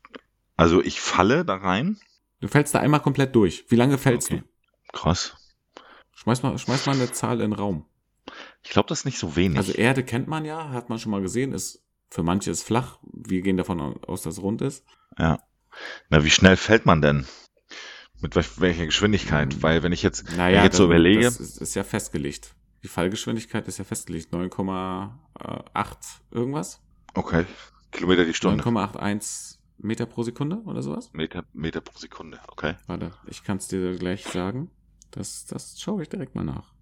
[SPEAKER 1] Also ich falle da rein.
[SPEAKER 2] Du fällst da einmal komplett durch. Wie lange fällst
[SPEAKER 1] Okay.
[SPEAKER 2] du?
[SPEAKER 1] Krass.
[SPEAKER 2] Schmeiß mal, schmeiß mal eine Zahl in den Raum.
[SPEAKER 1] Ich glaube, das ist nicht so wenig.
[SPEAKER 2] Also Erde kennt man ja, hat man schon mal gesehen, ist für manche ist flach. Wir gehen davon aus, dass es rund ist.
[SPEAKER 1] Na, wie schnell fällt man denn? Mit wel- welcher Geschwindigkeit?
[SPEAKER 2] Mhm.
[SPEAKER 1] Weil wenn ich jetzt, wenn ich jetzt so
[SPEAKER 2] das-
[SPEAKER 1] überlege,
[SPEAKER 2] das ist, ist ja festgelegt. Die Fallgeschwindigkeit ist ja festgelegt. 9,8 irgendwas.
[SPEAKER 1] okay, Kilometer die Stunde,
[SPEAKER 2] 9,81 Meter pro Sekunde oder sowas.
[SPEAKER 1] Meter, Meter pro Sekunde, okay.
[SPEAKER 2] Warte, ich kann es dir gleich sagen. Das, das schaue ich direkt mal nach.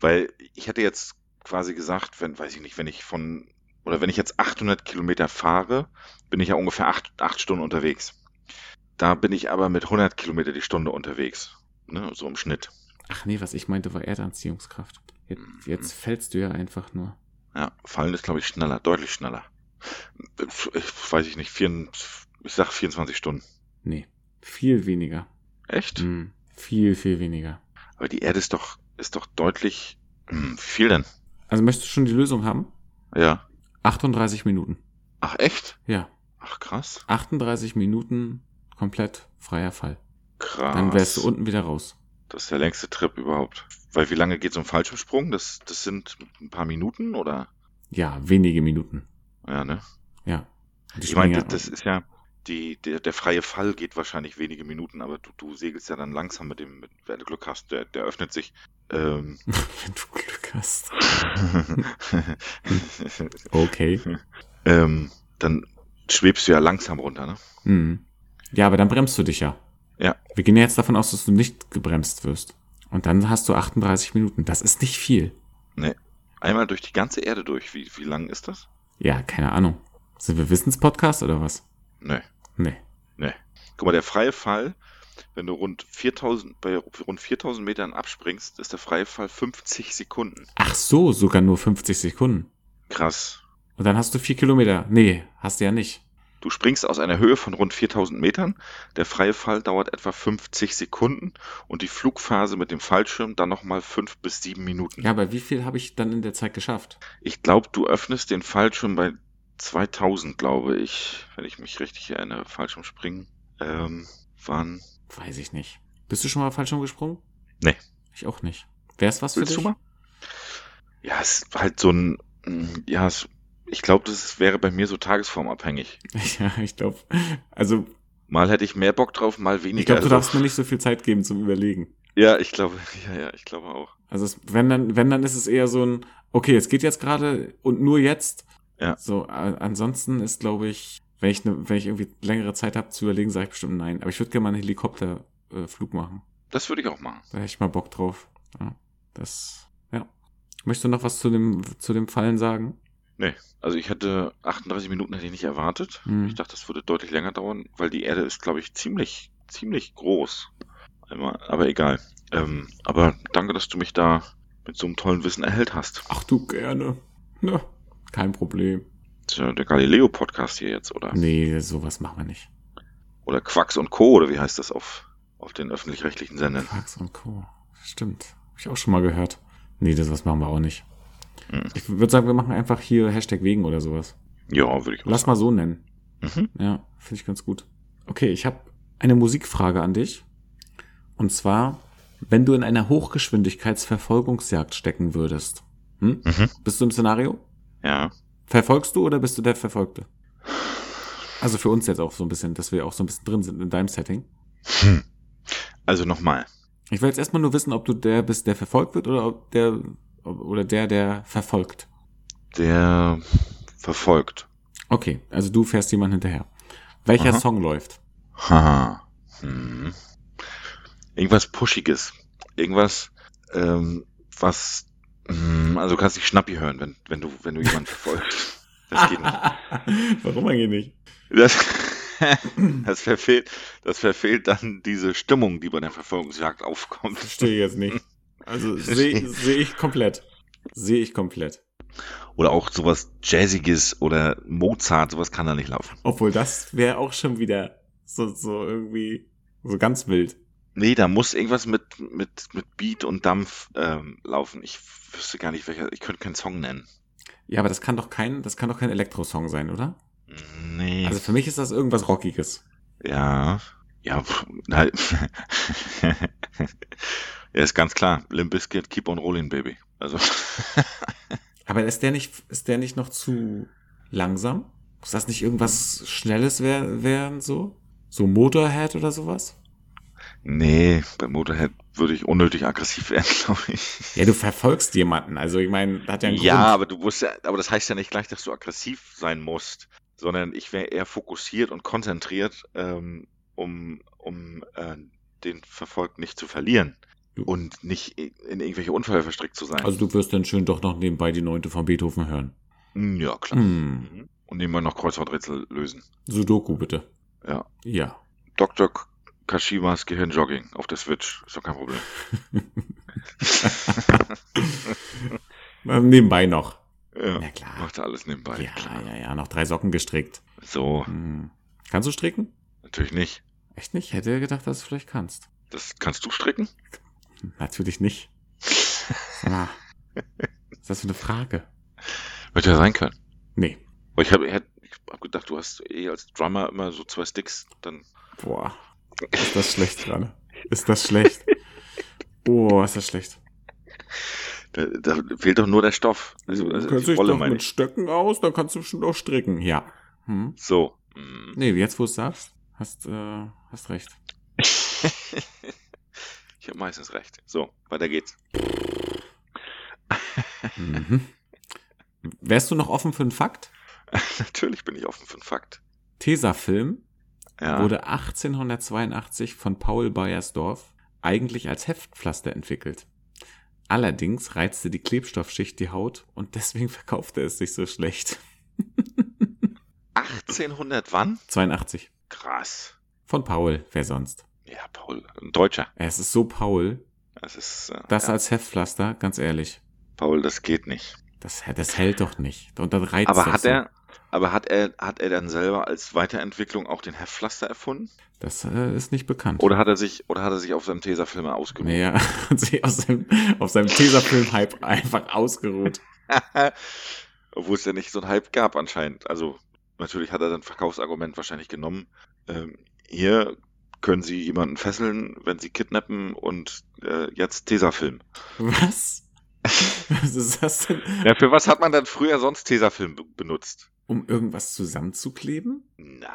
[SPEAKER 1] Weil ich hätte jetzt quasi gesagt, wenn, weiß ich nicht, wenn ich von, oder wenn ich jetzt 800 Kilometer fahre, bin ich ja ungefähr acht, acht Stunden unterwegs. Da bin ich aber mit 100 Kilometer die Stunde unterwegs. Ne, so im Schnitt.
[SPEAKER 2] Ach nee, was ich meinte, war Erdanziehungskraft. Jetzt,
[SPEAKER 1] Mhm.
[SPEAKER 2] jetzt fällst du ja einfach nur.
[SPEAKER 1] Ja, fallen ist, glaube ich, schneller, deutlich schneller. Ich weiß ich nicht, vier, ich sag 24 Stunden.
[SPEAKER 2] Nee, viel weniger.
[SPEAKER 1] Echt?
[SPEAKER 2] Mhm. Viel, viel weniger.
[SPEAKER 1] Aber die Erde ist doch, ist doch deutlich, hm, wie viel denn?
[SPEAKER 2] Also möchtest du schon die Lösung haben?
[SPEAKER 1] Ja.
[SPEAKER 2] 38 Minuten.
[SPEAKER 1] Ach, echt?
[SPEAKER 2] Ja,
[SPEAKER 1] Ach, krass.
[SPEAKER 2] 38 Minuten komplett freier Fall.
[SPEAKER 1] Krass.
[SPEAKER 2] Dann wärst du unten wieder raus.
[SPEAKER 1] Das ist der längste Trip überhaupt. Weil wie lange geht so ein Fallschirmsprung? Das, das sind ein paar Minuten oder?
[SPEAKER 2] Ja, wenige Minuten.
[SPEAKER 1] Ja, ne?
[SPEAKER 2] Ja. Die
[SPEAKER 1] Ich meine,
[SPEAKER 2] Springer-
[SPEAKER 1] das, das ist ja, die, der, der freie Fall geht wahrscheinlich wenige Minuten, aber du, du segelst ja dann langsam mit dem, mit, wenn du Glück hast, der, der öffnet sich. <laughs> Ähm,
[SPEAKER 2] <laughs> wenn du Glück hast. Okay.
[SPEAKER 1] ähm, dann schwebst du ja langsam runter, ne?
[SPEAKER 2] Mhm. Ja, aber dann bremst du dich ja.
[SPEAKER 1] Ja.
[SPEAKER 2] Wir gehen ja jetzt davon aus, dass du nicht gebremst wirst. Und dann hast du 38 Minuten. Das ist nicht viel.
[SPEAKER 1] Einmal durch die ganze Erde durch. Wie, wie lang ist das?
[SPEAKER 2] Ja, keine Ahnung. Sind wir Wissenspodcast oder was?
[SPEAKER 1] Nee.
[SPEAKER 2] Nee.
[SPEAKER 1] Guck mal, der freie Fall, wenn du rund 4000, bei rund 4000 Metern abspringst, ist der freie Fall 50 Sekunden.
[SPEAKER 2] Ach so, sogar nur 50 Sekunden.
[SPEAKER 1] Krass.
[SPEAKER 2] Und dann hast du vier Kilometer. Nee, hast du ja nicht.
[SPEAKER 1] Du springst aus einer Höhe von rund 4000 Metern, der freie Fall dauert etwa 50 Sekunden und die Flugphase mit dem Fallschirm dann nochmal 5 bis 7 Minuten.
[SPEAKER 2] Ja, aber wie viel habe ich dann in der Zeit geschafft?
[SPEAKER 1] Ich glaube, du öffnest den Fallschirm bei 2000, glaube ich, wenn ich mich richtig erinnere. Fallschirmspringen ähm, waren...
[SPEAKER 2] Weiß ich nicht. Bist du schon mal Fallschirm gesprungen?
[SPEAKER 1] Nee.
[SPEAKER 2] Ich auch nicht. Wär's was für
[SPEAKER 1] Willst
[SPEAKER 2] dich?
[SPEAKER 1] du mal? Ja, es ist halt so ein... mm, Ja, es, ich glaube, das wäre bei mir so tagesformabhängig.
[SPEAKER 2] <laughs> Ja, ich glaube. Also,
[SPEAKER 1] Mal hätte ich mehr Bock drauf, mal weniger.
[SPEAKER 2] ich glaube, du
[SPEAKER 1] Also-
[SPEAKER 2] darfst mir nicht so viel Zeit geben zum Überlegen.
[SPEAKER 1] Ja, ich glaube, <laughs> ja, ja, ich glaube auch.
[SPEAKER 2] Also es, wenn dann, wenn dann ist es eher so ein, okay, es geht jetzt gerade und nur jetzt.
[SPEAKER 1] Ja.
[SPEAKER 2] So, a- ansonsten ist, glaube ich, wenn ich, ne, wenn ich irgendwie längere Zeit habe zu überlegen, sage ich bestimmt nein. Aber ich würde gerne mal einen Helikopterflug machen.
[SPEAKER 1] Das würde ich auch machen.
[SPEAKER 2] Da hätte ich mal Bock drauf. Ja, das, ja. Möchtest du noch was zu dem, zu dem Fallen sagen?
[SPEAKER 1] Also ich hatte 38 Minuten hätte ich nicht erwartet.
[SPEAKER 2] Hm.
[SPEAKER 1] Ich dachte, das würde deutlich länger dauern, weil die Erde ist, glaube ich, ziemlich, ziemlich groß. einmal, aber egal. Ähm, aber danke, dass du mich da mit so einem tollen Wissen erhellt hast.
[SPEAKER 2] Ach du gerne. Na, kein Problem.
[SPEAKER 1] Das ist ja der Galileo-Podcast hier jetzt, oder?
[SPEAKER 2] Nee, sowas machen wir nicht.
[SPEAKER 1] Oder Quacks und Co. oder wie heißt das auf, auf den öffentlich-rechtlichen Sendern?
[SPEAKER 2] Quacks und Co. Stimmt. Hab ich auch schon mal gehört. Nee, das was machen wir auch nicht.
[SPEAKER 1] Mhm.
[SPEAKER 2] Ich würde sagen, wir machen einfach hier Hashtag wegen oder sowas.
[SPEAKER 1] Ja, würde ich auch
[SPEAKER 2] Lass mal so nennen.
[SPEAKER 1] sagen.
[SPEAKER 2] Ja, finde ich ganz gut. Okay, ich habe eine Musikfrage an dich. Und zwar, wenn du in einer Hochgeschwindigkeitsverfolgungsjagd stecken würdest. Hm?
[SPEAKER 1] Mhm. Mhm.
[SPEAKER 2] Bist du im Szenario?
[SPEAKER 1] Ja.
[SPEAKER 2] Verfolgst du oder bist du der Verfolgte? Also für uns jetzt auch so ein bisschen, dass wir auch so ein bisschen drin sind in deinem Setting.
[SPEAKER 1] Hm. Also nochmal.
[SPEAKER 2] Ich will jetzt erstmal nur wissen, ob du der bist, der verfolgt wird oder ob der ob, oder der, der verfolgt.
[SPEAKER 1] Der verfolgt.
[SPEAKER 2] Okay, also du fährst jemand hinterher. Welcher
[SPEAKER 1] Aha.
[SPEAKER 2] Song läuft?
[SPEAKER 1] Haha. Hm. Irgendwas Pushiges. Irgendwas, ähm, was. Hm, also du kannst nicht Schnappi hören, wenn, wenn du, wenn du jemanden verfolgst. Das geht
[SPEAKER 2] <laughs>
[SPEAKER 1] nicht.
[SPEAKER 2] Warum eigentlich nicht?
[SPEAKER 1] Das, das, verfehlt, das verfehlt dann diese Stimmung, die bei der Verfolgungsjagd aufkommt.
[SPEAKER 2] Verstehe ich jetzt nicht. Also sehe seh ich komplett. Sehe ich komplett.
[SPEAKER 1] Oder auch sowas Jazziges oder Mozart, sowas kann da nicht laufen.
[SPEAKER 2] Obwohl das wäre auch schon wieder so, so irgendwie so ganz wild.
[SPEAKER 1] Nee, da muss irgendwas mit, mit, mit Beat und Dampf ähm, laufen. Ich wüsste gar nicht, welcher. Ich könnte keinen Song nennen.
[SPEAKER 2] Ja, aber das kann doch kein, das kann doch kein Elektrosong sein, oder?
[SPEAKER 1] Nee.
[SPEAKER 2] Also für mich ist das irgendwas Rockiges.
[SPEAKER 1] ja. Ja, pff, <laughs> halt. ja, ist ganz klar. Limp Bizkit, keep on rolling, baby. Also, <laughs>
[SPEAKER 2] Aber ist der nicht, ist der nicht noch zu langsam? Muss das nicht irgendwas Schnelles wer- werden, so? So Motorhead oder sowas?
[SPEAKER 1] nee, bei Motorhead würde ich unnötig aggressiv werden, <laughs> glaube ich.
[SPEAKER 2] Ja, du verfolgst jemanden. Also ich meine, hat ja einen
[SPEAKER 1] Ja,
[SPEAKER 2] Grund.
[SPEAKER 1] aber du musst ja, aber das heißt ja nicht gleich, dass du aggressiv sein musst, sondern ich wäre eher fokussiert und konzentriert, ähm, um, um äh, den Verfolg nicht zu verlieren
[SPEAKER 2] Du-
[SPEAKER 1] und nicht i- in irgendwelche Unfälle verstrickt zu sein.
[SPEAKER 2] Also du wirst dann schön doch noch nebenbei die neunte von Beethoven hören.
[SPEAKER 1] Mm, ja, klar.
[SPEAKER 2] Hm.
[SPEAKER 1] Mhm. Und nebenbei noch Kreuzworträtsel lösen.
[SPEAKER 2] Sudoku bitte.
[SPEAKER 1] Ja.
[SPEAKER 2] Ja.
[SPEAKER 1] Dr. K- Kashimas Gehirnjogging auf der Switch. Ist doch kein Problem.
[SPEAKER 2] Äh, Nebenbei noch.
[SPEAKER 1] Ja.
[SPEAKER 2] Na klar.
[SPEAKER 1] Macht er alles nebenbei.
[SPEAKER 2] Ja,
[SPEAKER 1] klar.
[SPEAKER 2] ja, ja. Noch drei Socken gestrickt.
[SPEAKER 1] So,
[SPEAKER 2] Hm. Kannst du stricken?
[SPEAKER 1] natürlich nicht.
[SPEAKER 2] Echt nicht? Hätte gedacht, dass du vielleicht kannst. Hm,
[SPEAKER 1] Das kannst du stricken? <laughs>
[SPEAKER 2] Natürlich nicht. Sag mal, Was ist das für eine Frage?
[SPEAKER 1] Wird ja sein können.
[SPEAKER 2] Nee.
[SPEAKER 1] Aber Ich habe hätt- ich hab gedacht, du hast eh als Drummer immer so zwei Sticks, dann.
[SPEAKER 2] Boah. Ist das schlecht gerade? Ist das schlecht? Oh, ist das schlecht.
[SPEAKER 1] Da, da fehlt doch nur der Stoff. Also, also die Rolle meine ich.
[SPEAKER 2] Stöcken aus, dann kannst du bestimmt auch stricken. Ja. Hm.
[SPEAKER 1] So. Mhm.
[SPEAKER 2] Nee, jetzt wo du es sagst, hast, äh, hast recht.
[SPEAKER 1] <laughs> ich habe meistens recht. So, weiter geht's. <laughs>
[SPEAKER 2] Mhm. Wärst du noch offen für einen Fakt?
[SPEAKER 1] Natürlich bin ich offen für einen Fakt.
[SPEAKER 2] Tesafilm
[SPEAKER 1] Ja.
[SPEAKER 2] wurde 1882 von Paul Bayersdorf eigentlich als Heftpflaster entwickelt. Allerdings reizte die Klebstoffschicht die Haut und deswegen <laughs> verkaufte es sich so schlecht.
[SPEAKER 1] 1800 wann?
[SPEAKER 2] 82.
[SPEAKER 1] Krass.
[SPEAKER 2] Von Paul, wer sonst?
[SPEAKER 1] Ja, Paul, ein Deutscher.
[SPEAKER 2] Es ist so Paul,
[SPEAKER 1] Das ist äh,
[SPEAKER 2] das
[SPEAKER 1] ja,
[SPEAKER 2] als Heftpflaster, ganz ehrlich.
[SPEAKER 1] Paul, das geht nicht.
[SPEAKER 2] Das, das hält doch nicht. Und dann reizt
[SPEAKER 1] Aber
[SPEAKER 2] das
[SPEAKER 1] hat
[SPEAKER 2] so.
[SPEAKER 1] er, aber hat er, hat er dann selber als Weiterentwicklung auch den Heftpflaster erfunden?
[SPEAKER 2] Das äh, ist nicht bekannt.
[SPEAKER 1] Oder hat er sich, oder hat er sich auf seinem Tesafilm ausgeruht?
[SPEAKER 2] Naja, <laughs> hat sich aus seinem, auf seinem Tesafilm-Hype einfach ausgeruht.
[SPEAKER 1] <laughs> Obwohl es ja nicht so einen Hype gab anscheinend. Also natürlich hat er dann Verkaufsargument wahrscheinlich genommen. Ähm, hier können Sie jemanden fesseln, wenn Sie kidnappen und äh, jetzt Tesafilm.
[SPEAKER 2] Was? Was ist das denn?
[SPEAKER 1] Ja, für was hat man dann früher sonst Tesafilm be benutzt?
[SPEAKER 2] Um irgendwas zusammenzukleben?
[SPEAKER 1] Nein,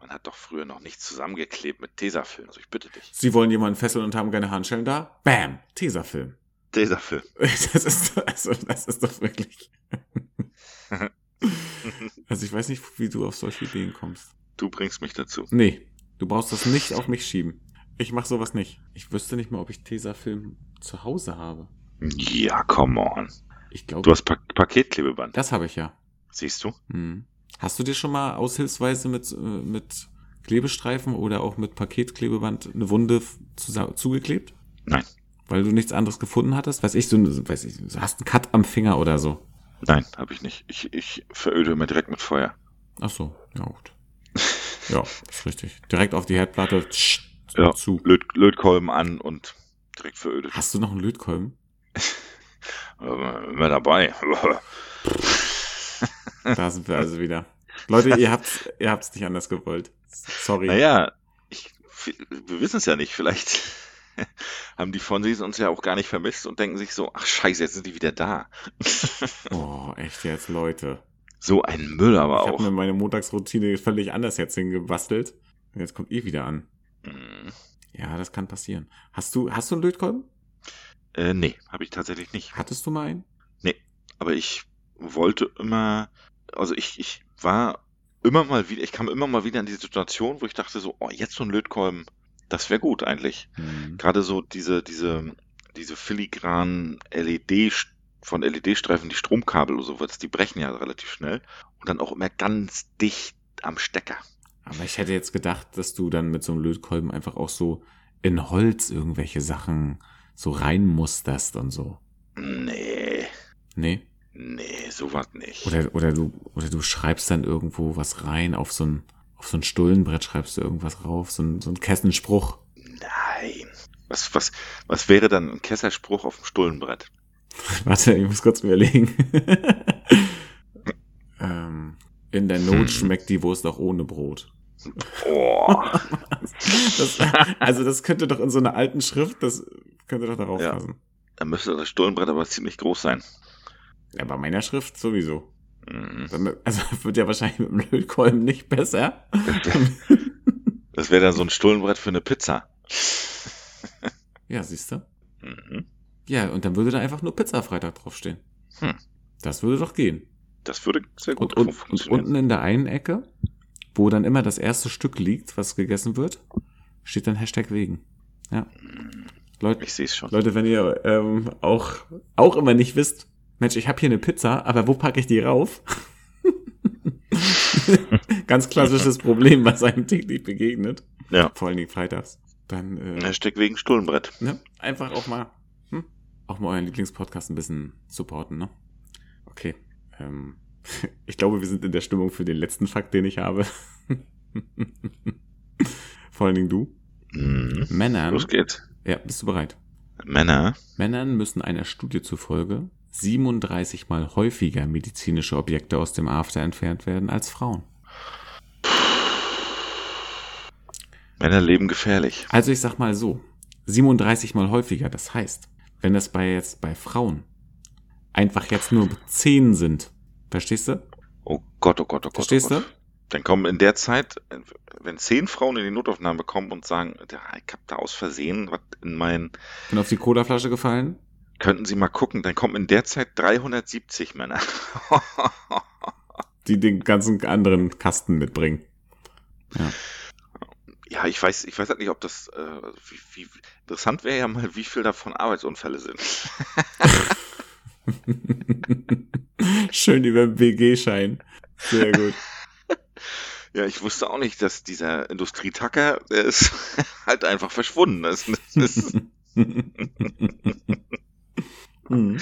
[SPEAKER 1] man hat doch früher noch nichts zusammengeklebt mit Tesafilm. Also ich bitte dich.
[SPEAKER 2] Sie wollen jemanden fesseln und haben keine Handschellen da? Bam! Tesafilm. <laughs>
[SPEAKER 1] Tesafilm.
[SPEAKER 2] Das ist, also, das ist
[SPEAKER 1] <laughs>
[SPEAKER 2] doch wirklich. Also ich weiß nicht, wie du auf solche Ideen kommst.
[SPEAKER 1] Du bringst mich dazu.
[SPEAKER 2] Nee, du brauchst das nicht auf mich schieben. Ich mach sowas nicht. Ich wüsste nicht mal, ob ich Tesafilm zu Hause habe.
[SPEAKER 1] Ja, come on.
[SPEAKER 2] Ich glaube,
[SPEAKER 1] Du hast pa Paketklebeband.
[SPEAKER 2] das habe ich ja.
[SPEAKER 1] Siehst du?
[SPEAKER 2] Hm. Hast du dir schon mal aushilfsweise mit, äh, mit Klebestreifen oder auch mit Paketklebeband eine Wunde zusa- zugeklebt?
[SPEAKER 1] Nein,
[SPEAKER 2] Weil du nichts anderes gefunden hattest? Weiß ich, so, ein- weiß ich, du hast einen Cut am Finger oder so.
[SPEAKER 1] nein, habe ich nicht. Ich, ich veröde immer direkt mit Feuer.
[SPEAKER 2] Ach so,
[SPEAKER 1] <laughs>
[SPEAKER 2] ja gut. Ja, ist richtig. Direkt auf die Herdplatte tsch,
[SPEAKER 1] Ja.
[SPEAKER 2] zu.
[SPEAKER 1] Löt, Lötkolben an und direkt verödet.
[SPEAKER 2] Hast du noch einen Lötkolben?
[SPEAKER 1] Äh, Immer dabei. <laughs>
[SPEAKER 2] Da sind wir also wieder. Leute, ihr habt's, ihr habt's nicht anders gewollt. Sorry.
[SPEAKER 1] Naja, ich, wir wissen es ja nicht. Vielleicht <laughs> haben die Fonsis uns ja auch gar nicht vermisst und denken sich so, ach scheiße, jetzt sind die wieder da.
[SPEAKER 2] Oh, echt jetzt, Leute.
[SPEAKER 1] So ein Müll aber
[SPEAKER 2] ich ne-
[SPEAKER 1] auch.
[SPEAKER 2] habe mir meine Montagsroutine völlig anders jetzt hingebastelt. Und jetzt kommt ihr wieder an.
[SPEAKER 1] Mm.
[SPEAKER 2] Ja, das kann passieren. Hast du, hast du einen Lötkolben?
[SPEAKER 1] Äh, nee, habe ich tatsächlich nicht.
[SPEAKER 2] Hattest du mal einen?
[SPEAKER 1] Aber ich wollte immer, also ich, ich war immer mal wieder, ich kam immer mal wieder in die Situation, wo ich dachte so, oh, jetzt so ein Lötkolben, das wäre gut eigentlich.
[SPEAKER 2] Hm.
[SPEAKER 1] Gerade so diese, diese, diese filigranen LED, von LED-Streifen, die Stromkabel oder sowas, die brechen ja relativ schnell. Und dann auch immer ganz dicht am Stecker.
[SPEAKER 2] Aber ich hätte jetzt gedacht, dass du dann mit so einem Lötkolben einfach auch so in Holz irgendwelche Sachen so reinmusterst und so.
[SPEAKER 1] Nee,
[SPEAKER 2] Nee?
[SPEAKER 1] nee, sowas nicht.
[SPEAKER 2] Oder, oder du, oder du schreibst dann irgendwo was rein auf so ein, auf so ein Stullenbrett schreibst du irgendwas rauf, so ein, so ein Kessenspruch. <laughs>
[SPEAKER 1] Nein. Was, was, was wäre dann ein Kesserspruch auf dem Stullenbrett?
[SPEAKER 2] Warte, ich muss kurz überlegen. <laughs> ähm, in der Not
[SPEAKER 1] Hm.
[SPEAKER 2] schmeckt die Wurst auch ohne Brot.
[SPEAKER 1] Oh.
[SPEAKER 2] <laughs>
[SPEAKER 1] <laughs>
[SPEAKER 2] Das, <laughs> also das könnte doch in so einer alten Schrift, das könnte doch darauf
[SPEAKER 1] Ja.
[SPEAKER 2] passen.
[SPEAKER 1] Dann müsste das Stullenbrett aber ziemlich groß sein.
[SPEAKER 2] Ja, bei meiner Schrift sowieso.
[SPEAKER 1] Mhm.
[SPEAKER 2] Dann- Also <laughs> wird ja wahrscheinlich mit dem Lötkolben nicht besser.
[SPEAKER 1] Das wäre dann so ein Stullenbrett für eine Pizza.
[SPEAKER 2] ja, siehst du?
[SPEAKER 1] Mhm.
[SPEAKER 2] Ja, und dann würde da einfach nur Pizza Freitag draufstehen.
[SPEAKER 1] Hm.
[SPEAKER 2] Das würde doch gehen.
[SPEAKER 1] Das würde sehr gut
[SPEAKER 2] Und, und, und
[SPEAKER 1] funktionieren.
[SPEAKER 2] unten in der einen Ecke, wo dann immer das erste Stück liegt, was gegessen wird, steht dann Hashtag wegen. Ja. Leute,
[SPEAKER 1] ich sehe es schon.
[SPEAKER 2] Leute, wenn ihr ähm, auch, auch immer nicht wisst, Mensch, ich habe hier eine Pizza, aber wo packe ich die rauf? <laughs> Ganz klassisches Problem, was einem täglich begegnet.
[SPEAKER 1] Ja.
[SPEAKER 2] Vor allen Dingen freitags. Dann äh,
[SPEAKER 1] Hashtag wegen Stullenbrett.
[SPEAKER 2] ne? einfach auch mal, hm? auch mal euren Lieblingspodcast ein bisschen supporten, ne? Okay. Ähm, <laughs> ich glaube, wir sind in der Stimmung für den letzten Fakt, den ich habe. <laughs> Vor allen Dingen du.
[SPEAKER 1] Mhm.
[SPEAKER 2] Männern.
[SPEAKER 1] Los geht's.
[SPEAKER 2] Ja, bist du bereit?
[SPEAKER 1] Männer.
[SPEAKER 2] Männern müssen einer Studie zufolge 37 mal häufiger medizinische Objekte aus dem After entfernt werden als Frauen.
[SPEAKER 1] Männer leben gefährlich.
[SPEAKER 2] Also ich sag mal so, 37 mal häufiger, das heißt, wenn das bei jetzt bei Frauen einfach jetzt nur 10 sind, verstehst du?
[SPEAKER 1] Oh Gott, oh Gott, oh Gott.
[SPEAKER 2] Verstehst
[SPEAKER 1] oh
[SPEAKER 2] du?
[SPEAKER 1] Gott. Dann kommen in der Zeit, wenn zehn Frauen in die Notaufnahme kommen und sagen, ja, ich hab da aus Versehen was in meinen,
[SPEAKER 2] Bin auf die Colaflasche gefallen.
[SPEAKER 1] könnten Sie mal gucken, dann kommen in der Zeit 370 Männer.
[SPEAKER 2] Die den ganzen anderen Kasten mitbringen. <laughs>
[SPEAKER 1] Ja, ich weiß, ich weiß halt nicht, ob das äh, wie, wie, interessant wäre ja mal, wie viel davon Arbeitsunfälle sind.
[SPEAKER 2] Schön über den BG-Schein. Sehr gut.
[SPEAKER 1] Ja, ich wusste auch nicht, dass dieser Industrietacker, der ist <laughs> halt einfach verschwunden. Das, das ist
[SPEAKER 2] Hm.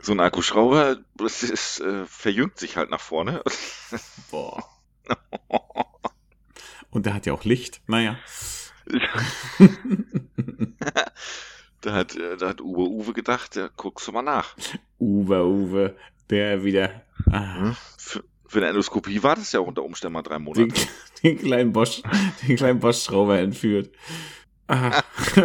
[SPEAKER 1] so ein Akkuschrauber, das ist, äh, verjüngt sich halt nach vorne.
[SPEAKER 2] Boah. Und der hat ja auch Licht. Naja.
[SPEAKER 1] Da hat, äh, da hat Uwe Uwe gedacht, ja, guckst du mal nach.
[SPEAKER 2] Uwe, Uwe, der wieder. Ah,
[SPEAKER 1] Für, für eine Endoskopie war das ja auch unter Umständen mal drei
[SPEAKER 2] den,
[SPEAKER 1] Monate.
[SPEAKER 2] den kleinen Bosch, den kleinen Bosch-Schrauber entführt. Ah. <laughs>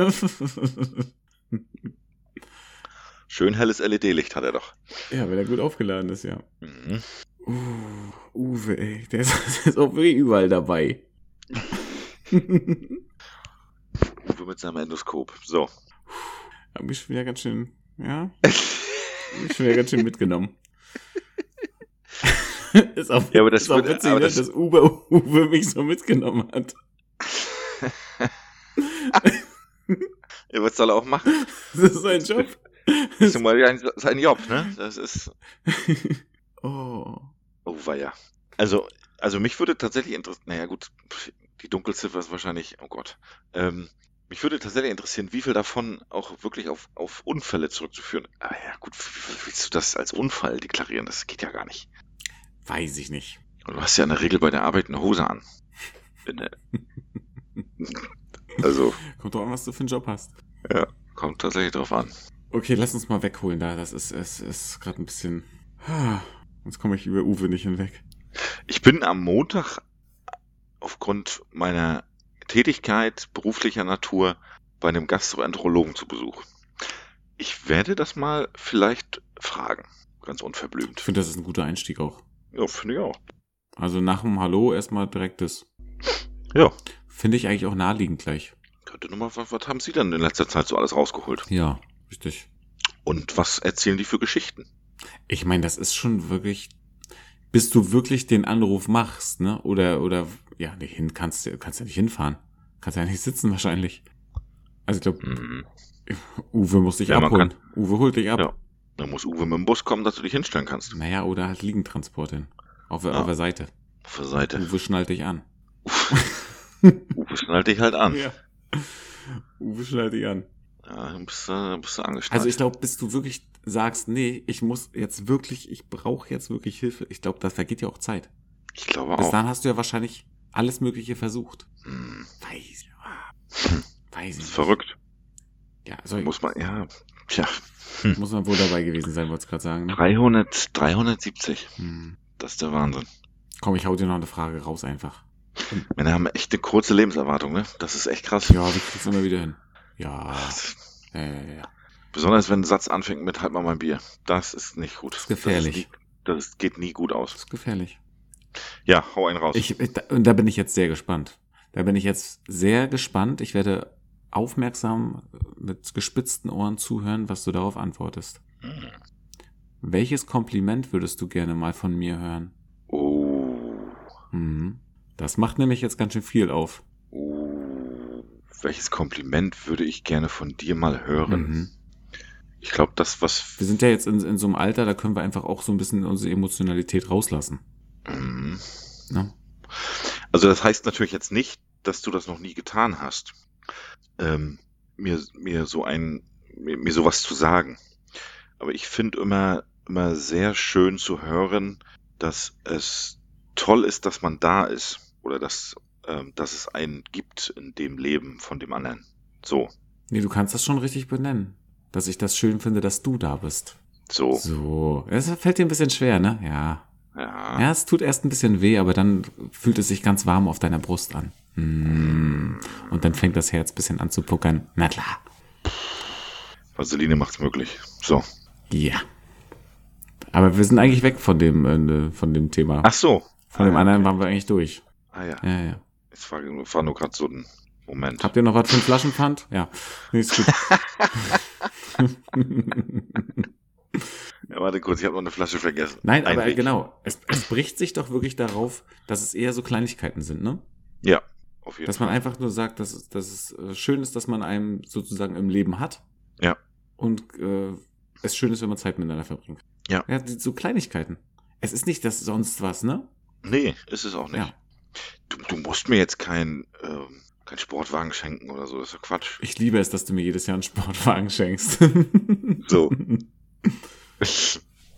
[SPEAKER 1] Schön helles LED-Licht hat er doch.
[SPEAKER 2] ja, wenn er gut aufgeladen ist, ja.
[SPEAKER 1] Mhm.
[SPEAKER 2] Uh, Uwe, ey, der ist, <laughs> der ist auch wirklich überall
[SPEAKER 1] <laughs>
[SPEAKER 2] dabei.
[SPEAKER 1] Uwe mit seinem Endoskop. So.
[SPEAKER 2] Hab mich schon wieder ganz schön, ja, hab mich schon wieder ganz schön mitgenommen. <laughs> ist auch,
[SPEAKER 1] Ja, aber das
[SPEAKER 2] ist auch
[SPEAKER 1] wird-
[SPEAKER 2] witzig,
[SPEAKER 1] aber
[SPEAKER 2] ne,
[SPEAKER 1] das-
[SPEAKER 2] dass Uwe, Uwe mich so mitgenommen hat. <laughs>
[SPEAKER 1] Ja, was soll er auch machen?
[SPEAKER 2] Das ist sein Job.
[SPEAKER 1] Das ist nun mal sein- sein Job, ne? Das ist,
[SPEAKER 2] oh.
[SPEAKER 1] Oh, war ja. Also, also mich würde tatsächlich interessieren, naja gut, pf, die Dunkelziffer ist wahrscheinlich, oh Gott. Ähm, mich würde tatsächlich interessieren, wie viel davon auch wirklich auf, auf Unfälle zurückzuführen. Ah ja, gut, wie willst du das als Unfall deklarieren? Das geht ja gar nicht.
[SPEAKER 2] Weiß ich nicht.
[SPEAKER 1] Und du hast ja in der Regel bei der Arbeit eine Hose an. Wenn du- <laughs> also,
[SPEAKER 2] Kommt drauf an, was du für einen Job hast.
[SPEAKER 1] ja, kommt tatsächlich drauf an.
[SPEAKER 2] Okay, lass uns mal wegholen da. Das ist, es ist gerade ein bisschen. Ah, Jetzt komme ich über Uwe nicht hinweg.
[SPEAKER 1] Ich bin am Montag aufgrund meiner Tätigkeit beruflicher Natur bei einem Gastroenterologen zu Besuch. Ich werde das mal vielleicht fragen. Ganz
[SPEAKER 2] Ich
[SPEAKER 1] unverblümt.
[SPEAKER 2] finde, das ist ein guter Einstieg auch.
[SPEAKER 1] Ja, finde ich auch.
[SPEAKER 2] Also nach dem Hallo erstmal direkt das.
[SPEAKER 1] Ja.
[SPEAKER 2] Finde ich eigentlich auch naheliegend gleich.
[SPEAKER 1] Könnte nochmal, was, was haben Sie denn in letzter Zeit so alles rausgeholt?
[SPEAKER 2] Ja, richtig.
[SPEAKER 1] Und was erzählen die für Geschichten?
[SPEAKER 2] Ich meine, das ist schon wirklich, bis du wirklich den Anruf machst, ne? Oder, oder, ja, nicht hin, kannst, du- kannst ja nicht hinfahren. Kannst ja nicht sitzen wahrscheinlich. Also ich glaube,
[SPEAKER 1] Hm.
[SPEAKER 2] Uwe muss dich
[SPEAKER 1] Ja, man
[SPEAKER 2] abholen. Uwe holt dich ab.
[SPEAKER 1] Ja. Da muss Uwe mit dem Bus kommen, dass du dich hinstellen kannst.
[SPEAKER 2] Naja, oder halt Liegentransport hin. Auf, der-
[SPEAKER 1] Ja.
[SPEAKER 2] auf der Seite.
[SPEAKER 1] Auf der Seite.
[SPEAKER 2] Uwe schnallt dich an.
[SPEAKER 1] Uwe schnallt dich halt an. Ja,
[SPEAKER 2] Uwe schnallt dich an.
[SPEAKER 1] dann bist, äh, du- dann bist du angeschnallt.
[SPEAKER 2] Also ich glaube, bis du wirklich sagst, nee, ich muss jetzt wirklich, ich brauche jetzt wirklich Hilfe. Ich glaube, das vergeht ja auch Zeit.
[SPEAKER 1] ich glaube
[SPEAKER 2] Bis
[SPEAKER 1] auch.
[SPEAKER 2] dann hast du ja wahrscheinlich alles Mögliche versucht.
[SPEAKER 1] Hm.
[SPEAKER 2] Weiß ich. ah,
[SPEAKER 1] Hm.
[SPEAKER 2] Weiß ich.
[SPEAKER 1] Das ist
[SPEAKER 2] nicht.
[SPEAKER 1] verrückt.
[SPEAKER 2] Ja, soll, muss,
[SPEAKER 1] Muss man, ja. Tja,
[SPEAKER 2] muss man wohl dabei gewesen sein, wollte ich gerade sagen. Ne?
[SPEAKER 1] 300, 370.
[SPEAKER 2] Hm.
[SPEAKER 1] Das ist der Wahnsinn.
[SPEAKER 2] Komm, ich hau dir noch eine Frage raus einfach.
[SPEAKER 1] Männer haben echt eine kurze Lebenserwartung, ne? Das ist echt krass.
[SPEAKER 2] Ja, wir kriegen es immer wieder hin. Ja,
[SPEAKER 1] Ach,
[SPEAKER 2] ja, ja, ja, ja.
[SPEAKER 1] Besonders wenn ein Satz anfängt mit halt mal mein Bier. Das ist nicht gut.
[SPEAKER 2] Das ist gefährlich.
[SPEAKER 1] Das, ist nie, das geht nie gut
[SPEAKER 2] Das
[SPEAKER 1] aus.
[SPEAKER 2] ist gefährlich.
[SPEAKER 1] Ja, hau einen raus.
[SPEAKER 2] Ich, ich, da, und da bin ich jetzt sehr gespannt. Da bin ich jetzt sehr gespannt. Ich werde aufmerksam mit gespitzten Ohren zuhören, was du darauf antwortest.
[SPEAKER 1] Hm.
[SPEAKER 2] Welches Kompliment würdest du gerne mal von mir hören?
[SPEAKER 1] Oh.
[SPEAKER 2] Mhm. Das macht nämlich jetzt ganz schön viel auf.
[SPEAKER 1] Oh. Welches Kompliment würde ich gerne von dir mal hören?
[SPEAKER 2] Mhm.
[SPEAKER 1] Ich glaube, das, was.
[SPEAKER 2] Wir sind ja jetzt in, in so einem Alter, da können wir einfach auch so ein bisschen unsere Emotionalität rauslassen.
[SPEAKER 1] Hm.
[SPEAKER 2] Ne?
[SPEAKER 1] Also das heißt natürlich jetzt nicht, dass du das noch nie getan hast, ähm, mir, mir so ein, mir, mir sowas zu sagen. Aber ich finde immer, immer sehr schön zu hören, dass es toll ist, dass man da ist oder dass, ähm, dass es einen gibt in dem Leben von dem anderen. So,
[SPEAKER 2] Nee, du kannst das schon richtig benennen. Dass ich das schön finde, dass du da bist.
[SPEAKER 1] so,
[SPEAKER 2] So. Das fällt dir ein bisschen schwer, ne? Ja.
[SPEAKER 1] ja.
[SPEAKER 2] Ja, es tut erst ein bisschen weh, aber dann fühlt es sich ganz warm auf deiner Brust an. Mm. Und dann fängt das Herz ein bisschen an zu puckern. Na klar.
[SPEAKER 1] Vaseline macht's möglich. So.
[SPEAKER 2] Ja. Aber wir sind eigentlich weg von dem, äh, von dem Thema.
[SPEAKER 1] Ach so.
[SPEAKER 2] Von dem
[SPEAKER 1] ah,
[SPEAKER 2] anderen waren wir eigentlich durch.
[SPEAKER 1] Ah ja,
[SPEAKER 2] Ja, ja.
[SPEAKER 1] es war, war nur gerade so ein Moment.
[SPEAKER 2] Habt ihr noch was für einen Flaschenpfand? Ja. Nee, ist gut.
[SPEAKER 1] Ja, warte kurz, ich habe noch eine Flasche vergessen.
[SPEAKER 2] Nein,
[SPEAKER 1] Ein
[SPEAKER 2] aber
[SPEAKER 1] Weg.
[SPEAKER 2] genau. Es, es bricht sich doch wirklich darauf, dass es eher so Kleinigkeiten sind, ne?
[SPEAKER 1] Ja, auf jeden
[SPEAKER 2] Dass man einfach nur sagt, dass, es- dass es äh, schön ist, dass man einem sozusagen im Leben hat.
[SPEAKER 1] Ja.
[SPEAKER 2] Und äh, es schön ist, wenn man Zeit miteinander verbringt.
[SPEAKER 1] Ja.
[SPEAKER 2] Ja, die- so Kleinigkeiten. Es ist nicht das sonst was, ne?
[SPEAKER 1] Nee, ist es auch nicht.
[SPEAKER 2] Ja.
[SPEAKER 1] Du, du musst mir jetzt kein, ähm, kein Sportwagen schenken oder so, das ist doch Quatsch.
[SPEAKER 2] Ich liebe es, dass du mir jedes Jahr einen Sportwagen <laughs> schenkst.
[SPEAKER 1] So.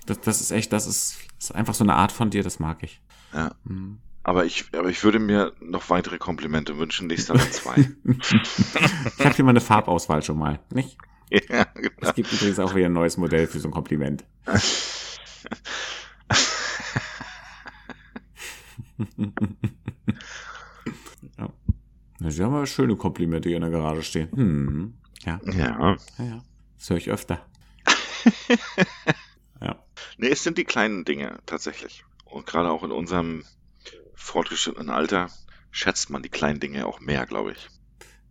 [SPEAKER 2] Das, das ist echt, das ist, ist einfach so eine Art von dir, das mag ich.
[SPEAKER 1] Ja.
[SPEAKER 2] Mhm.
[SPEAKER 1] aber, ich, aber ich würde mir noch weitere Komplimente wünschen, nächstes Mal zwei. <laughs>
[SPEAKER 2] Ich habe hier mal eine Farbauswahl schon mal, nicht?
[SPEAKER 1] ja, genau.
[SPEAKER 2] Es gibt übrigens auch wieder ein neues Modell für so ein Kompliment. ja. Na, Sie haben aber schöne Komplimente hier in der Garage stehen. Hm. Ja,
[SPEAKER 1] ja.
[SPEAKER 2] ja, ja. Das höre ich öfter. ja.
[SPEAKER 1] Nee, es sind die kleinen Dinge tatsächlich. Und gerade auch in unserem fortgeschrittenen Alter schätzt man die kleinen Dinge auch mehr, glaube ich.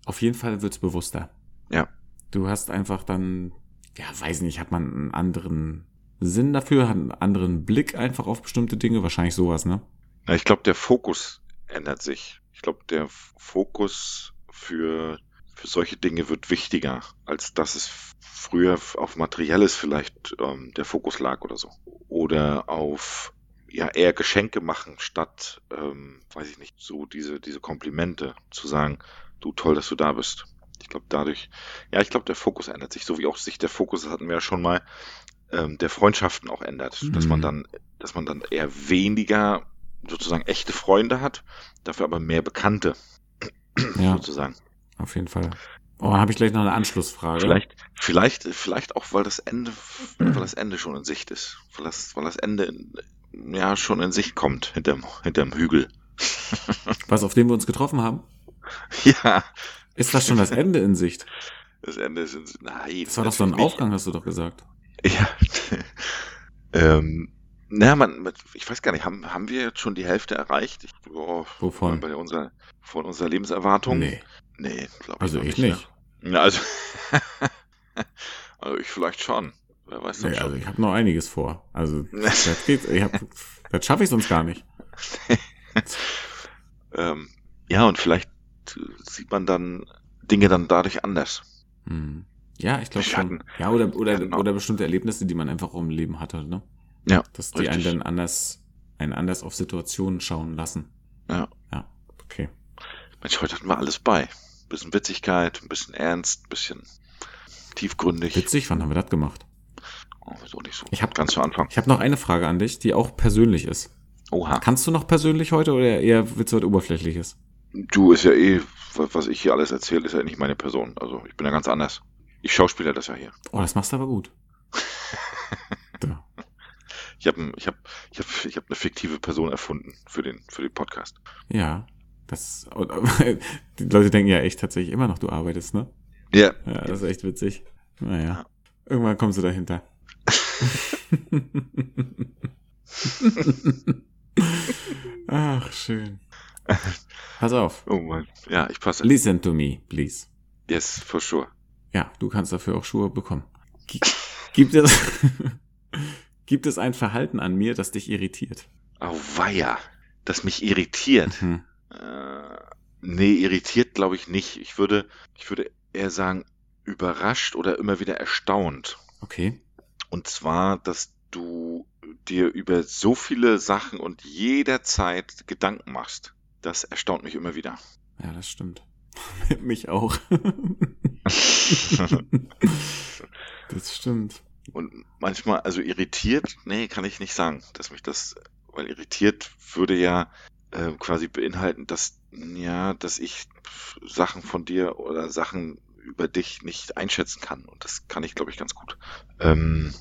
[SPEAKER 2] Auf jeden Fall wird's bewusster.
[SPEAKER 1] Ja.
[SPEAKER 2] Du hast einfach dann, ja, weiß nicht, hat man einen anderen Sinn dafür, hat einen anderen Blick einfach auf bestimmte Dinge, wahrscheinlich sowas, ne?
[SPEAKER 1] Na, ich glaube, der Fokus ändert sich. Ich glaube, der F- Fokus für, für solche Dinge wird wichtiger, als dass es f- früher f- auf Materielles vielleicht ähm, der Fokus lag oder so. Oder auf ja eher Geschenke machen, statt, ähm, weiß ich nicht, so diese, diese Komplimente zu sagen, du toll, dass du da bist. Ich glaube, dadurch, ja, ich glaube, der Fokus ändert sich, so wie auch sich der Fokus, das hatten wir ja schon mal, ähm, der Freundschaften auch ändert, dass man dann, dass man dann eher weniger sozusagen echte Freunde hat, dafür aber mehr Bekannte
[SPEAKER 2] Ja.
[SPEAKER 1] sozusagen.
[SPEAKER 2] Auf jeden Fall. Oh, habe ich gleich noch eine Anschlussfrage.
[SPEAKER 1] Vielleicht, vielleicht, vielleicht auch, weil das Ende, weil das Ende schon in Sicht ist, weil das, weil das Ende in, ja schon in Sicht kommt hinterm, hinterm Hügel. <laughs>
[SPEAKER 2] Was, auf dem wir uns getroffen haben?
[SPEAKER 1] Ja,
[SPEAKER 2] Ist das schon das Ende in Sicht?
[SPEAKER 1] das Ende ist in Sicht. Nein,
[SPEAKER 2] Das war doch so ein
[SPEAKER 1] natürlich
[SPEAKER 2] Aufgang, hast du doch gesagt.
[SPEAKER 1] nicht. Ja. <laughs> ähm, na, man, man- ich weiß gar nicht, haben, haben wir jetzt schon die Hälfte erreicht? Ich, oh,
[SPEAKER 2] Wovon?
[SPEAKER 1] Bei unserer, von unserer Lebenserwartung?
[SPEAKER 2] Nee,
[SPEAKER 1] Nee, glaube ich
[SPEAKER 2] also
[SPEAKER 1] noch
[SPEAKER 2] ich
[SPEAKER 1] ne?
[SPEAKER 2] nicht.
[SPEAKER 1] Na, also, <laughs> also ich vielleicht schon. Wer weiß das
[SPEAKER 2] Nee,
[SPEAKER 1] schon.
[SPEAKER 2] also ich habe noch einiges vor.
[SPEAKER 1] <laughs>
[SPEAKER 2] Also das geht, ich hab, das schaffe ich sonst gar nicht.
[SPEAKER 1] Ähm, ja, und vielleicht äh, sieht man dann Dinge dann dadurch anders.
[SPEAKER 2] Hm. Ja, ich glaube
[SPEAKER 1] Ich
[SPEAKER 2] schon.
[SPEAKER 1] hatten-
[SPEAKER 2] Ja, oder, oder,
[SPEAKER 1] hatten auch-
[SPEAKER 2] oder bestimmte Erlebnisse, die man einfach auch im Leben hatte, ne?
[SPEAKER 1] Ja,
[SPEAKER 2] Dass die einen
[SPEAKER 1] richtig.
[SPEAKER 2] dann anders, einen anders auf Situationen schauen lassen.
[SPEAKER 1] Ja.
[SPEAKER 2] Ja, okay.
[SPEAKER 1] Mensch, heute hatten wir alles bei. Ein bisschen Witzigkeit, ein bisschen Ernst, ein bisschen tiefgründig.
[SPEAKER 2] Witzig, wann haben wir das gemacht?
[SPEAKER 1] Oh, so nicht so.
[SPEAKER 2] Ich hab-
[SPEAKER 1] ganz zu Anfang.
[SPEAKER 2] Ich habe noch eine Frage an dich, die auch persönlich ist.
[SPEAKER 1] Oha.
[SPEAKER 2] Kannst du noch persönlich heute oder eher willst du heute Oberflächliches?
[SPEAKER 1] Du ist ja eh, wa- was ich hier alles erzähle, ist ja nicht meine Person. Also ich bin ja ganz anders. Ich schauspieler das ja hier.
[SPEAKER 2] Oh, das machst du aber gut. Da.
[SPEAKER 1] Ich habe ich hab, ich hab, ich hab eine fiktive Person erfunden für den, für den Podcast.
[SPEAKER 2] Ja. Das, <laughs> die Leute denken ja echt tatsächlich immer noch, du arbeitest, ne?
[SPEAKER 1] Ja,
[SPEAKER 2] Ja, das ist echt witzig. Naja.
[SPEAKER 1] Ja.
[SPEAKER 2] Irgendwann kommst du dahinter. Ach, schön. Pass auf.
[SPEAKER 1] oh Mann. Ja, ich passe.
[SPEAKER 2] Listen to me, please.
[SPEAKER 1] Yes, for sure.
[SPEAKER 2] Ja, du kannst dafür auch Schuhe bekommen. Gi- Gibt es, <laughs> gibt es ein Verhalten an mir, das dich irritiert?
[SPEAKER 1] Oh, weia. Das mich irritiert.
[SPEAKER 2] <laughs> Hm.
[SPEAKER 1] Äh, nee, irritiert glaube ich nicht. Ich würde, ich würde eher sagen, überrascht oder immer wieder erstaunt.
[SPEAKER 2] Okay.
[SPEAKER 1] Und zwar, dass du dir über so viele Sachen und jederzeit Gedanken machst. Das erstaunt mich immer wieder. <laughs>
[SPEAKER 2] Ja, das stimmt. <laughs> Mich auch. <laughs> <laughs> das stimmt.
[SPEAKER 1] und manchmal, also irritiert, nee, kann ich nicht sagen, dass mich das, weil irritiert würde ja äh, quasi beinhalten, dass, ja, dass ich Sachen von dir oder Sachen über dich nicht einschätzen kann. Und das kann ich, glaube ich, ganz gut. Ähm,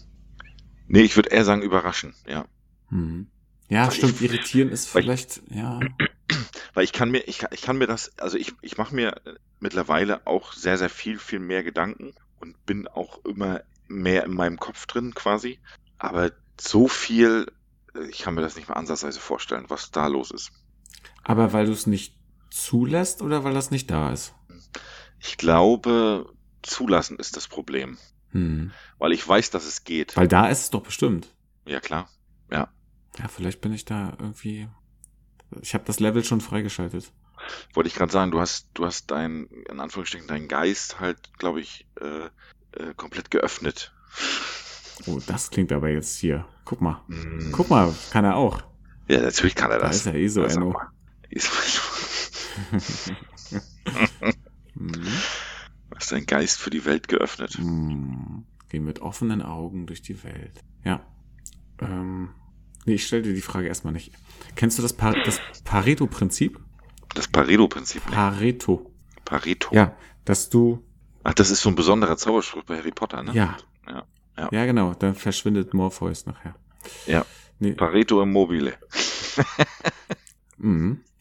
[SPEAKER 1] nee, ich würde eher sagen, überraschen, ja.
[SPEAKER 2] Hm. Ja,
[SPEAKER 1] Weil ich-
[SPEAKER 2] stimmt. Irritieren ist
[SPEAKER 1] weil ich-
[SPEAKER 2] vielleicht, ja.
[SPEAKER 1] Weil ich kann mir, ich, kann- ich kann mir das, also ich, ich mache mir mittlerweile auch sehr, sehr viel, viel mehr Gedanken und bin auch immer mehr in meinem Kopf drin quasi. Aber so viel, äh, ich kann mir das nicht mal ansatzweise vorstellen, was da los ist.
[SPEAKER 2] Aber weil du es nicht zulässt oder weil das nicht da ist?
[SPEAKER 1] Ich glaube, zulassen ist das Problem.
[SPEAKER 2] Hm.
[SPEAKER 1] Weil ich weiß, dass es geht.
[SPEAKER 2] Weil da ist es doch bestimmt.
[SPEAKER 1] Ja, klar.
[SPEAKER 2] Ja, vielleicht bin ich da irgendwie. Ich habe das Level schon freigeschaltet.
[SPEAKER 1] Wollte ich gerade sagen, du hast, du hast dein, in Anführungsstrichen, deinen Geist halt, glaube ich, äh, äh, komplett geöffnet.
[SPEAKER 2] Oh, das klingt aber jetzt hier. Guck mal.
[SPEAKER 1] Mm.
[SPEAKER 2] Guck mal, kann er auch.
[SPEAKER 1] Ja, natürlich kann er
[SPEAKER 2] Mhm. Da
[SPEAKER 1] das.
[SPEAKER 2] ist er eh so,
[SPEAKER 1] Ja, sag
[SPEAKER 2] Enno.
[SPEAKER 1] mal. Ist
[SPEAKER 2] Mhm.
[SPEAKER 1] hast dein Geist für die Welt geöffnet.
[SPEAKER 2] Mhm. Geh mit offenen Augen durch die Welt. Ja. Ähm, nee, ich stell dir die Frage erstmal nicht. Kennst du das, pa das Pareto-Prinzip?
[SPEAKER 1] Das Pareto-Prinzip. ne?
[SPEAKER 2] Pareto.
[SPEAKER 1] Pareto.
[SPEAKER 2] Ja, dass du
[SPEAKER 1] Ach, das ist so ein besonderer Zauberspruch bei Harry Potter, ne?
[SPEAKER 2] Ja.
[SPEAKER 1] Ja.
[SPEAKER 2] Ja,
[SPEAKER 1] Ja.
[SPEAKER 2] genau. Dann verschwindet Morpheus nachher.
[SPEAKER 1] Ja.
[SPEAKER 2] Nee.
[SPEAKER 1] Pareto Immobile.
[SPEAKER 2] Mhm. <laughs>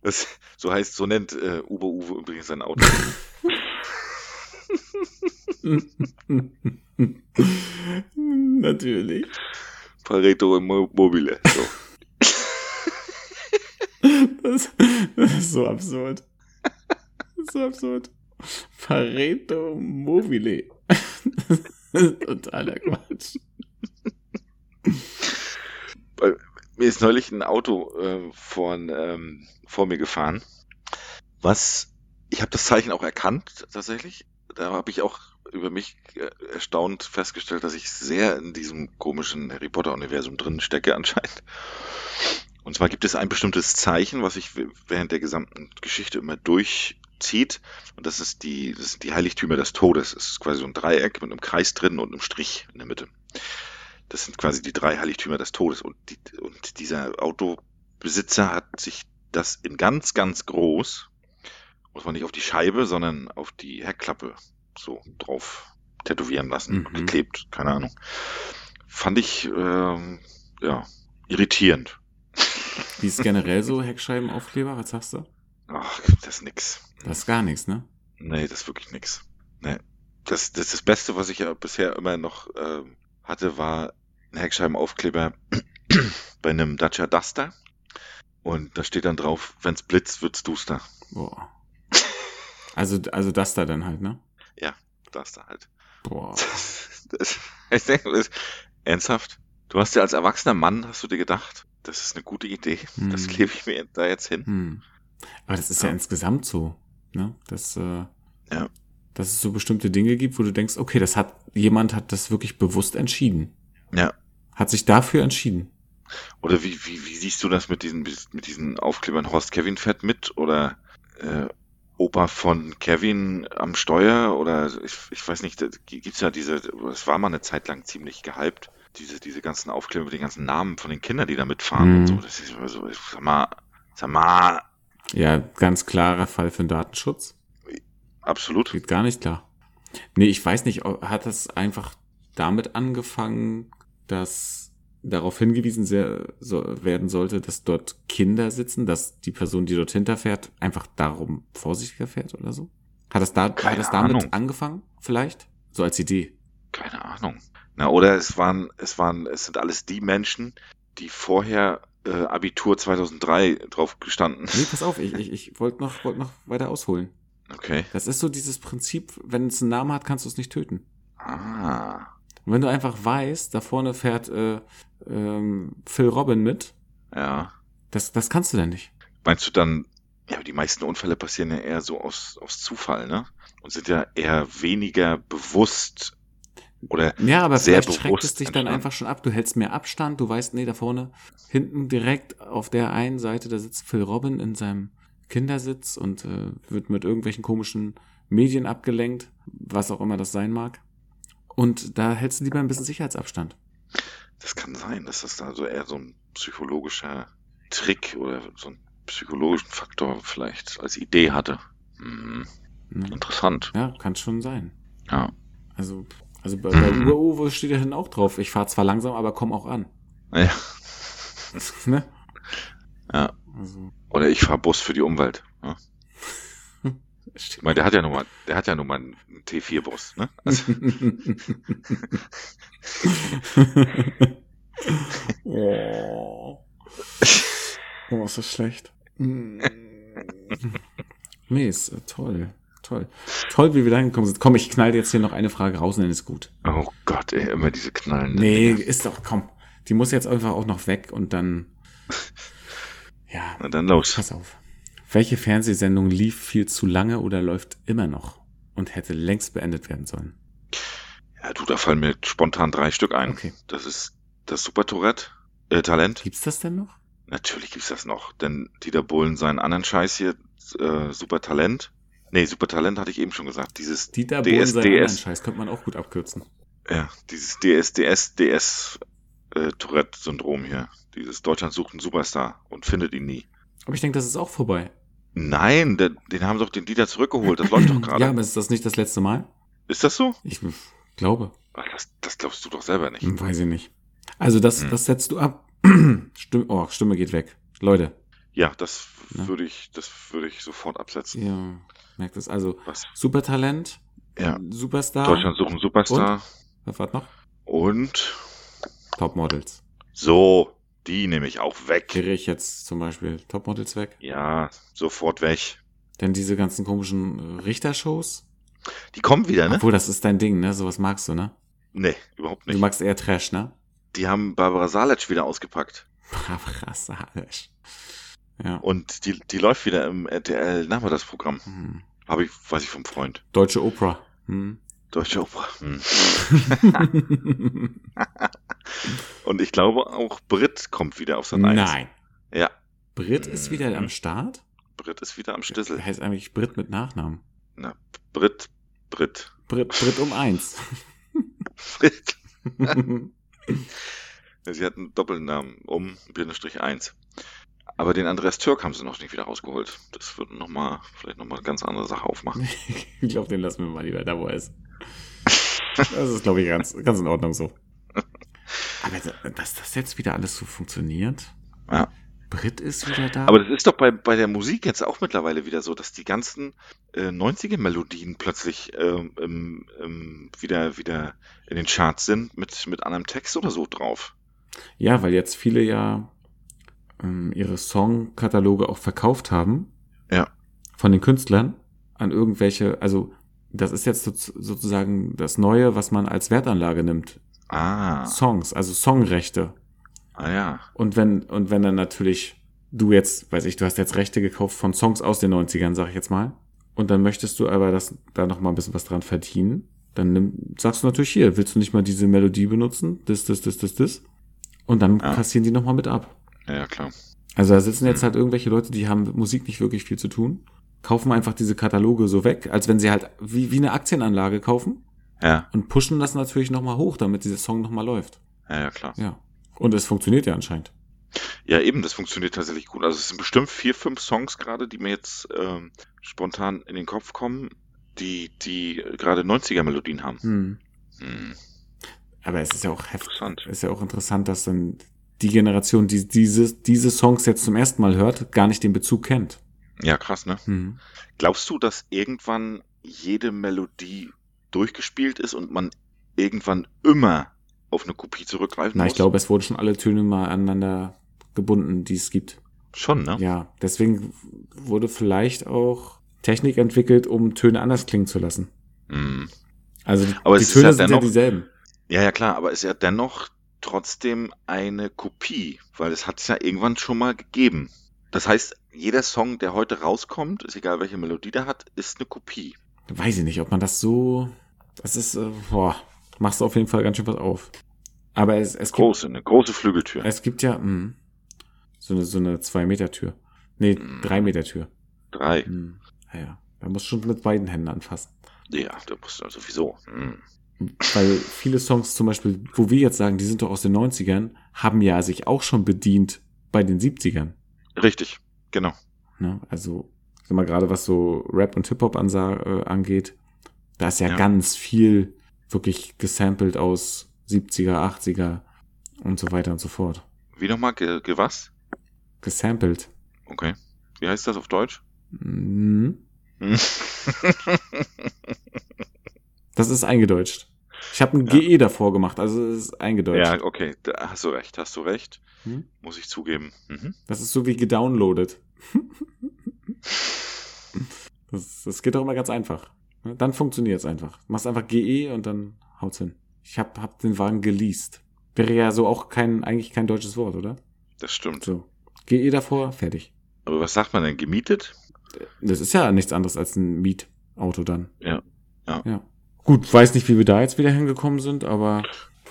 [SPEAKER 1] Das, so heißt, so nennt äh, Uwe Uwe übrigens sein Auto. <laughs>
[SPEAKER 2] Natürlich.
[SPEAKER 1] Pareto Immobile. So.
[SPEAKER 2] Das, das ist so absurd. Das ist so absurd. Pareto mobile. Das ist totaler Quatsch.
[SPEAKER 1] Mir ist neulich ein Auto äh, von, ähm, vor mir gefahren. Was, ich habe das Zeichen auch erkannt, tatsächlich. Da habe ich auch über mich äh, erstaunt festgestellt, dass ich sehr in diesem komischen Harry Potter-Universum drin stecke <laughs> anscheinend. Und zwar gibt es ein bestimmtes Zeichen, was sich während der gesamten Geschichte immer durchzieht. Und das ist die, das sind die Heiligtümer des Todes. Es ist quasi so ein Dreieck mit einem Kreis drin und einem Strich in der Mitte. Das sind quasi die drei Heiligtümer des Todes. Und, die, und dieser Autobesitzer hat sich das in ganz, ganz groß, muss man nicht auf die Scheibe, sondern auf die Heckklappe so drauf tätowieren lassen,
[SPEAKER 2] Mhm.
[SPEAKER 1] geklebt, keine Ahnung. Fand ich, ähm, ja, irritierend.
[SPEAKER 2] Wie ist generell so Heckscheibenaufkleber? Was sagst du?
[SPEAKER 1] Ach, das ist nix.
[SPEAKER 2] Das ist gar nichts, ne?
[SPEAKER 1] Nee, das ist wirklich nix. Nee. Das, das, das Beste, was ich ja bisher immer noch ähm, hatte, war ein Heckscheibenaufkleber <clears throat> bei einem Dacia Duster. Und da steht dann drauf, wenn's blitzt, wird's duster.
[SPEAKER 2] Boah. Also, also das da dann halt, ne?
[SPEAKER 1] Duster halt.
[SPEAKER 2] Boah.
[SPEAKER 1] <laughs> Das, ich denke, das, ernsthaft? Du hast dir als erwachsener Mann, hast du dir gedacht, das ist eine gute Idee,
[SPEAKER 2] Hm.
[SPEAKER 1] das klebe ich mir da jetzt hin.
[SPEAKER 2] Hm. Aber das ist ja,
[SPEAKER 1] Ja.
[SPEAKER 2] insgesamt so, ne? Dass, äh,
[SPEAKER 1] Ja.
[SPEAKER 2] dass es so bestimmte Dinge gibt, wo du denkst, okay, das hat, jemand hat das wirklich bewusst entschieden.
[SPEAKER 1] Ja.
[SPEAKER 2] Hat sich dafür entschieden.
[SPEAKER 1] Oder wie, wie, wie siehst du das mit diesen, mit diesen Aufklebern? Horst Kevin fährt mit oder äh, Opa von Kevin am Steuer oder ich, ich weiß nicht, da gibt's ja diese, es war mal eine Zeit lang ziemlich gehypt, diese, diese ganzen Aufkleber mit den ganzen Namen von den Kindern, die da mitfahren
[SPEAKER 2] Mhm.
[SPEAKER 1] und so. Das ist immer so, ich sag mal, sag mal,
[SPEAKER 2] Ja, ganz klarer Fall für den Datenschutz.
[SPEAKER 1] absolut.
[SPEAKER 2] Geht gar nicht klar. Nee, ich weiß nicht, ob- hat das einfach damit angefangen, dass darauf hingewiesen sehr, so, werden sollte, dass dort Kinder sitzen, dass die Person, die dort hinterfährt, einfach darum vorsichtiger fährt oder so? Hat das, da, hat
[SPEAKER 1] Keine
[SPEAKER 2] das damit
[SPEAKER 1] Ahnung.
[SPEAKER 2] angefangen, vielleicht? So als Idee.
[SPEAKER 1] Keine Ahnung. Na, oder es waren, es waren, es sind alles die Menschen, die vorher äh, Abitur 2003 drauf gestanden.
[SPEAKER 2] Nee, pass auf, ich, ich, ich wollte noch, wollt noch weiter ausholen.
[SPEAKER 1] Okay.
[SPEAKER 2] Das ist so dieses Prinzip, wenn es einen Namen hat, kannst du es nicht töten.
[SPEAKER 1] Ah.
[SPEAKER 2] Und wenn du einfach weißt, da vorne fährt äh, ähm, Phil Robin mit,
[SPEAKER 1] Ja.
[SPEAKER 2] das, das kannst du dann nicht.
[SPEAKER 1] Meinst du dann, ja, aber die meisten Unfälle passieren ja eher so aus, aus Zufall, ne? Und sind ja eher weniger bewusst oder
[SPEAKER 2] Ja, aber
[SPEAKER 1] sehr
[SPEAKER 2] vielleicht schreckt es
[SPEAKER 1] bewusst
[SPEAKER 2] dich dann
[SPEAKER 1] entstanden.
[SPEAKER 2] einfach schon ab. Du hältst mehr Abstand, du weißt, nee, da vorne, hinten direkt auf der einen Seite, da sitzt Phil Robin in seinem Kindersitz und äh, wird mit irgendwelchen komischen Medien abgelenkt, was auch immer das sein mag. Und da hältst du lieber ein bisschen Sicherheitsabstand.
[SPEAKER 1] das kann sein, dass das da so eher so ein psychologischer Trick oder so einen psychologischen Faktor vielleicht als Idee hatte. Hm,
[SPEAKER 2] Ne?
[SPEAKER 1] interessant.
[SPEAKER 2] Ja, kann schon sein.
[SPEAKER 1] Ja.
[SPEAKER 2] Also, also
[SPEAKER 1] <clears throat>
[SPEAKER 2] bei, bei UAU steht ja hinten auch drauf, ich fahre zwar langsam, aber komm auch an.
[SPEAKER 1] ja.
[SPEAKER 2] <laughs> ne?
[SPEAKER 1] Ja.
[SPEAKER 2] Also,
[SPEAKER 1] Oder ich fahre Bus für die Umwelt. Ne? Ich <laughs>
[SPEAKER 2] steht
[SPEAKER 1] meine, der hat ja nun mal, der hat ja nun mal einen T4-Bus, ne? Also,
[SPEAKER 2] oh. oh, ist das schlecht. Mm. nee, ist äh, toll. Toll. Toll, wie wir da hingekommen sind. Komm, ich knall dir jetzt hier noch eine Frage raus und dann ist gut.
[SPEAKER 1] oh Gott, ey, immer diese Knallen.
[SPEAKER 2] Nee, ist doch, komm. Die muss jetzt einfach auch noch weg und dann. Ja,
[SPEAKER 1] Na dann los.
[SPEAKER 2] pass auf. Welche Fernsehsendung lief viel zu lange oder läuft immer noch und hätte längst beendet werden sollen?
[SPEAKER 1] Ja, du, da fallen mir spontan drei Stück ein.
[SPEAKER 2] Okay.
[SPEAKER 1] Das ist das Super Tourette äh, Talent.
[SPEAKER 2] Gibt's das denn noch?
[SPEAKER 1] Natürlich gibt's das noch, denn Dieter Bohlen seinen anderen Scheiß hier äh, Super Talent. Nee, Super Talent hatte ich eben schon gesagt. Dieses
[SPEAKER 2] Dieter
[SPEAKER 1] DS,
[SPEAKER 2] Bohlen seinen anderen
[SPEAKER 1] DS.
[SPEAKER 2] Scheiß könnte man auch gut abkürzen.
[SPEAKER 1] ja, dieses DS DS DS äh, Tourette Syndrom hier. Dieses Deutschland sucht einen Superstar und findet ihn nie.
[SPEAKER 2] Aber ich denke, das ist auch vorbei.
[SPEAKER 1] Nein, den, den haben doch den Dieter zurückgeholt. Das <clears throat> läuft doch gerade.
[SPEAKER 2] Ja, aber ist das nicht das letzte Mal?
[SPEAKER 1] Ist das so?
[SPEAKER 2] Ich glaube.
[SPEAKER 1] Ach, das, das glaubst du doch selber nicht.
[SPEAKER 2] Hm, Weiß ich nicht. Also das,
[SPEAKER 1] Hm.
[SPEAKER 2] das setzt du ab. <clears throat> Stimme, oh, Stimme geht weg. Leute.
[SPEAKER 1] Ja, das
[SPEAKER 2] Ne?
[SPEAKER 1] würde ich, das würde ich sofort absetzen.
[SPEAKER 2] Ihr merkt es. Also
[SPEAKER 1] Was?
[SPEAKER 2] Supertalent,
[SPEAKER 1] Ja.
[SPEAKER 2] Superstar.
[SPEAKER 1] Deutschland sucht einen Superstar.
[SPEAKER 2] Was war noch?
[SPEAKER 1] Und
[SPEAKER 2] Topmodels.
[SPEAKER 1] so, die nehme ich auch weg.
[SPEAKER 2] Kriege ich jetzt zum Beispiel Topmodels weg.
[SPEAKER 1] Ja, sofort weg.
[SPEAKER 2] Denn diese ganzen komischen äh, Richtershows.
[SPEAKER 1] Die kommen wieder, ne?
[SPEAKER 2] Obwohl, das ist dein Ding, ne? Sowas magst du, ne?
[SPEAKER 1] Nee, überhaupt
[SPEAKER 2] Du
[SPEAKER 1] nicht.
[SPEAKER 2] magst eher Trash, ne? <laughs>
[SPEAKER 1] Die haben Barbara Salic wieder ausgepackt.
[SPEAKER 2] Bravrasalisch. Ja.
[SPEAKER 1] Und die, die läuft wieder im RTL Nachmittagsprogramm.
[SPEAKER 2] Hm.
[SPEAKER 1] Habe ich, weiß ich vom Freund. <laughs>
[SPEAKER 2] Deutsche Oprah. Hm.
[SPEAKER 1] Deutsche Oper. Hm. Und ich glaube, auch Brit kommt wieder auf sein Eis.
[SPEAKER 2] Nein.
[SPEAKER 1] Ja,
[SPEAKER 2] Brit ist wieder am Start?
[SPEAKER 1] Brit ist wieder am Schlüssel.
[SPEAKER 2] Heißt eigentlich Brit mit Nachnamen.
[SPEAKER 1] Na, Brit, Brit,
[SPEAKER 2] Brit, Brit
[SPEAKER 1] <laughs>
[SPEAKER 2] um eins.
[SPEAKER 1] Brit. <laughs> Sie hat einen Doppelnamen um Bindestrich 1. Aber den Andreas Türk haben sie noch nicht wieder rausgeholt. Das wird noch mal, vielleicht nochmal eine ganz andere Sache aufmachen.
[SPEAKER 2] ich glaube, den lassen wir mal lieber da, wo er ist. Das ist, glaube ich, ganz, ganz in Ordnung so. Aber da- dass das jetzt wieder alles so funktioniert.
[SPEAKER 1] Ja.
[SPEAKER 2] Brit ist wieder da.
[SPEAKER 1] Aber das ist doch bei, bei der Musik jetzt auch mittlerweile wieder so, dass die ganzen äh, 90er-Melodien plötzlich ähm, ähm, ähm, wieder, wieder in den Charts sind mit, mit anderem Text oder so drauf.
[SPEAKER 2] ja, weil jetzt viele ja ähm, ihre Songkataloge auch verkauft haben.
[SPEAKER 1] Ja.
[SPEAKER 2] Von den Künstlern an irgendwelche, also das ist jetzt soz- sozusagen das Neue, was man als Wertanlage nimmt.
[SPEAKER 1] Ah,
[SPEAKER 2] Songs, also Songrechte.
[SPEAKER 1] ah ja.
[SPEAKER 2] Und wenn, und wenn dann natürlich du jetzt, weiß ich, du hast jetzt Rechte gekauft von Songs aus den 90ern, sag ich jetzt mal. Und dann möchtest du aber das, da noch mal ein bisschen was dran verdienen. Dann nimm, sagst du natürlich hier, willst du nicht mal diese Melodie benutzen? Das, das, das, das, das. Und dann
[SPEAKER 1] Ja.
[SPEAKER 2] kassieren die noch mal mit ab.
[SPEAKER 1] Ja, ja, klar.
[SPEAKER 2] Also da sitzen jetzt
[SPEAKER 1] Hm.
[SPEAKER 2] halt irgendwelche Leute, die haben mit Musik nicht wirklich viel zu tun, kaufen einfach diese Kataloge so weg, als wenn sie halt wie, wie eine Aktienanlage kaufen
[SPEAKER 1] Ja,
[SPEAKER 2] und pushen das natürlich noch mal hoch, damit dieser Song noch mal läuft.
[SPEAKER 1] ja, ja, klar.
[SPEAKER 2] Ja. Und es funktioniert ja anscheinend.
[SPEAKER 1] Ja, eben, das funktioniert tatsächlich gut. Also es sind bestimmt vier, fünf Songs gerade, die mir jetzt ähm, spontan in den Kopf kommen, die, die gerade 90er-Melodien haben.
[SPEAKER 2] Hm.
[SPEAKER 1] Hm,
[SPEAKER 2] Aber es ist ja auch heftig.
[SPEAKER 1] interessant.
[SPEAKER 2] Ist ja auch interessant, dass dann die Generation, die diese, diese Songs jetzt zum ersten Mal hört, gar nicht den Bezug kennt.
[SPEAKER 1] Ja, krass, ne?
[SPEAKER 2] Mhm.
[SPEAKER 1] Glaubst du, dass irgendwann jede Melodie durchgespielt ist und man irgendwann immer auf eine Kopie zurückgreifen
[SPEAKER 2] Na,
[SPEAKER 1] muss?
[SPEAKER 2] ich glaube, es wurden schon alle Töne mal aneinander gebunden, die es gibt.
[SPEAKER 1] Schon, ne?
[SPEAKER 2] Ja, deswegen wurde vielleicht auch Technik entwickelt, um Töne anders klingen zu lassen.
[SPEAKER 1] Hm.
[SPEAKER 2] Also die,
[SPEAKER 1] Aber
[SPEAKER 2] die
[SPEAKER 1] es ist
[SPEAKER 2] Töne
[SPEAKER 1] ja
[SPEAKER 2] sind ja
[SPEAKER 1] dennoch-
[SPEAKER 2] dieselben.
[SPEAKER 1] Ja, ja, klar, aber ist ja dennoch trotzdem eine Kopie, weil es hat es ja irgendwann schon mal gegeben. Das heißt, jeder Song, der heute rauskommt, ist egal welche Melodie der hat, ist eine Kopie.
[SPEAKER 2] Weiß ich nicht, ob man das so. Das ist, äh, boah, machst du auf jeden Fall ganz schön was auf. Aber es, es gibt
[SPEAKER 1] Große, eine große Flügeltür.
[SPEAKER 2] Es gibt ja mh, so eine, so eine 2-Meter-Tür. Nee,
[SPEAKER 1] Mhm.
[SPEAKER 2] 3-Meter-Tür.
[SPEAKER 1] Drei.
[SPEAKER 2] Mhm. Naja, da muss schon mit beiden Händen anfassen.
[SPEAKER 1] Ja, da musst du sowieso. Hm.
[SPEAKER 2] Weil viele Songs zum Beispiel, wo wir jetzt sagen, die sind doch aus den 90ern, haben ja sich auch schon bedient bei den 70ern.
[SPEAKER 1] Richtig, genau.
[SPEAKER 2] Ne? Also, ich sag mal, gerade was so Rap und Hip-Hop ansa- äh, angeht, da ist ja,
[SPEAKER 1] Ja.
[SPEAKER 2] ganz viel wirklich gesampelt aus 70er, 80er und so weiter und so fort.
[SPEAKER 1] Wie nochmal, ge, ge was?
[SPEAKER 2] Gesampelt.
[SPEAKER 1] Okay. Wie heißt das auf Deutsch?
[SPEAKER 2] Mhm.
[SPEAKER 1] Hm.
[SPEAKER 2] Das ist eingedeutscht. Ich habe ein
[SPEAKER 1] Ja.
[SPEAKER 2] GE davor gemacht, also es ist eingedeutscht.
[SPEAKER 1] <laughs> Ja, okay, da hast du recht, hast du recht.
[SPEAKER 2] Hm?
[SPEAKER 1] Muss ich zugeben. Mhm.
[SPEAKER 2] Das ist so
[SPEAKER 1] <laughs>
[SPEAKER 2] wie gedownloadet. Das, das geht doch immer ganz einfach. Dann funktioniert es einfach. Machst einfach GE und dann haut's hin. Ich hab, hab den Wagen geleast. Wäre ja so auch kein, eigentlich kein deutsches Wort, oder?
[SPEAKER 1] Das stimmt.
[SPEAKER 2] So. GE davor, fertig.
[SPEAKER 1] Aber was sagt man denn? Gemietet?
[SPEAKER 2] Das ist ja nichts anderes als ein Mietauto dann.
[SPEAKER 1] Ja. Ja.
[SPEAKER 2] ja. Gut, weiß nicht, wie wir da jetzt wieder hingekommen sind, aber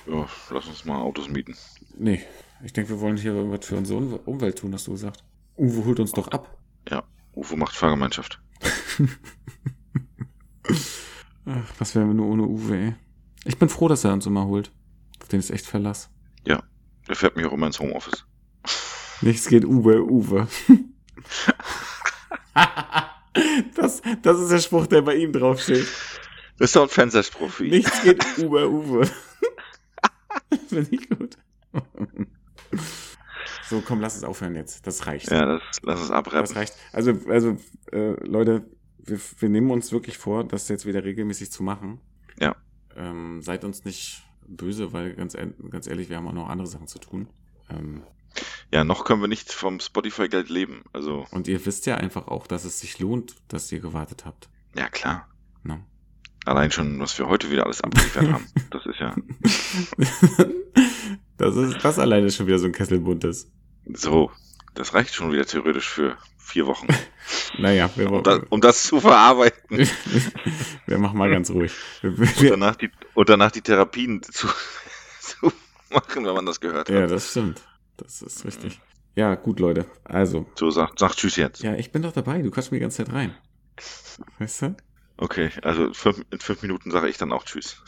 [SPEAKER 1] Ja, lass uns mal Autos mieten.
[SPEAKER 2] nee. Ich denke, wir wollen hier irgendwas für unsere Umw- Umwelt tun, hast du gesagt. Uwe holt uns doch ab.
[SPEAKER 1] Ufo macht Fahrgemeinschaft.
[SPEAKER 2] Ach, was wären wir nur ohne Uwe, ey. Ich bin froh, dass er uns immer holt. Auf den ist echt Verlass.
[SPEAKER 1] Der fährt mich auch immer ins Homeoffice.
[SPEAKER 2] Nichts geht Uwe, Uwe. <laughs> das, das ist der Spruch, der bei ihm draufsteht.
[SPEAKER 1] Das ist doch ein Fensterspruch für ihn.
[SPEAKER 2] Nichts geht Uwe, Uwe. <laughs> Finde ich gut. So, komm, lass es aufhören jetzt. Das reicht.
[SPEAKER 1] Ja, das, lass uns
[SPEAKER 2] das
[SPEAKER 1] abrappen.
[SPEAKER 2] reicht. Also, also äh, Leute, wir, wir nehmen uns wirklich vor, das jetzt wieder regelmäßig zu machen.
[SPEAKER 1] Ja.
[SPEAKER 2] Ähm, seid uns nicht böse, weil ganz, ehr- ganz ehrlich, wir haben auch noch andere Sachen zu tun. Ähm,
[SPEAKER 1] Ja, noch können wir nicht vom Spotify-Geld leben. Also,
[SPEAKER 2] und ihr wisst ja einfach auch, dass es sich lohnt, dass ihr gewartet habt. <laughs>
[SPEAKER 1] ja klar.
[SPEAKER 2] Ne?
[SPEAKER 1] Allein schon, was wir heute wieder alles abgeliefert haben. Das ist ja
[SPEAKER 2] das ist das alleine ist schon wieder so ein Kessel buntes.
[SPEAKER 1] so. Das reicht schon wieder theoretisch für vier Wochen,
[SPEAKER 2] Naja, wir,
[SPEAKER 1] um das, um das zu verarbeiten
[SPEAKER 2] <laughs> wir machen mal ganz ruhig. Wir,
[SPEAKER 1] und
[SPEAKER 2] wir,
[SPEAKER 1] danach die, und danach die Therapien <laughs> zu, zu machen, wenn man das gehört hat.
[SPEAKER 2] ja, das stimmt. Das ist richtig. Ja, gut, Leute. Also,
[SPEAKER 1] So, sag, sag Tschüss jetzt.
[SPEAKER 2] ja, ich bin doch dabei. Du quatschst mir die ganze Zeit rein. Weißt du?
[SPEAKER 1] Okay, also fünf, in fünf Minuten sage ich dann auch Tschüss.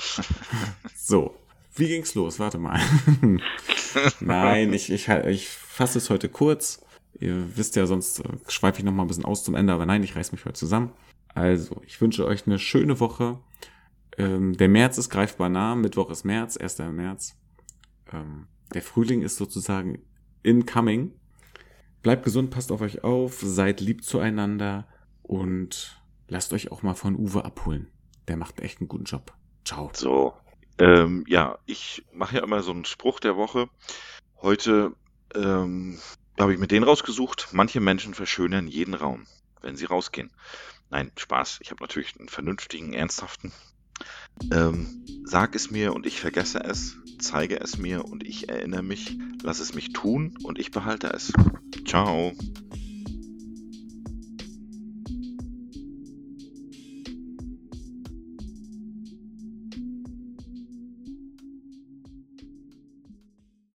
[SPEAKER 2] So, wie ging's los? Warte mal. Nein, ich, ich, ich fasse es heute kurz. Ihr wisst ja, sonst äh, schweife ich noch mal ein bisschen aus zum Ende, aber nein, ich reiß mich heute zusammen. Also, ich wünsche euch eine schöne Woche. Ähm, der März ist greifbar nah. Mittwoch ist März, 1. März. Ähm, der Frühling ist sozusagen incoming. Bleibt gesund, passt auf euch auf, seid lieb zueinander und lasst euch auch mal von Uwe abholen. Der macht echt einen guten Job. Ciao.
[SPEAKER 1] So. Ähm, ja, ich mache ja immer so einen Spruch der Woche. Heute ähm, habe ich mir den rausgesucht. Manche Menschen verschönern jeden Raum, wenn sie rausgehen. Nein, Spaß. Ich habe natürlich einen vernünftigen, ernsthaften. Ähm, sag es mir und ich vergesse es. Zeige es mir und ich erinnere mich. Lass es mich tun und ich behalte es. Ciao.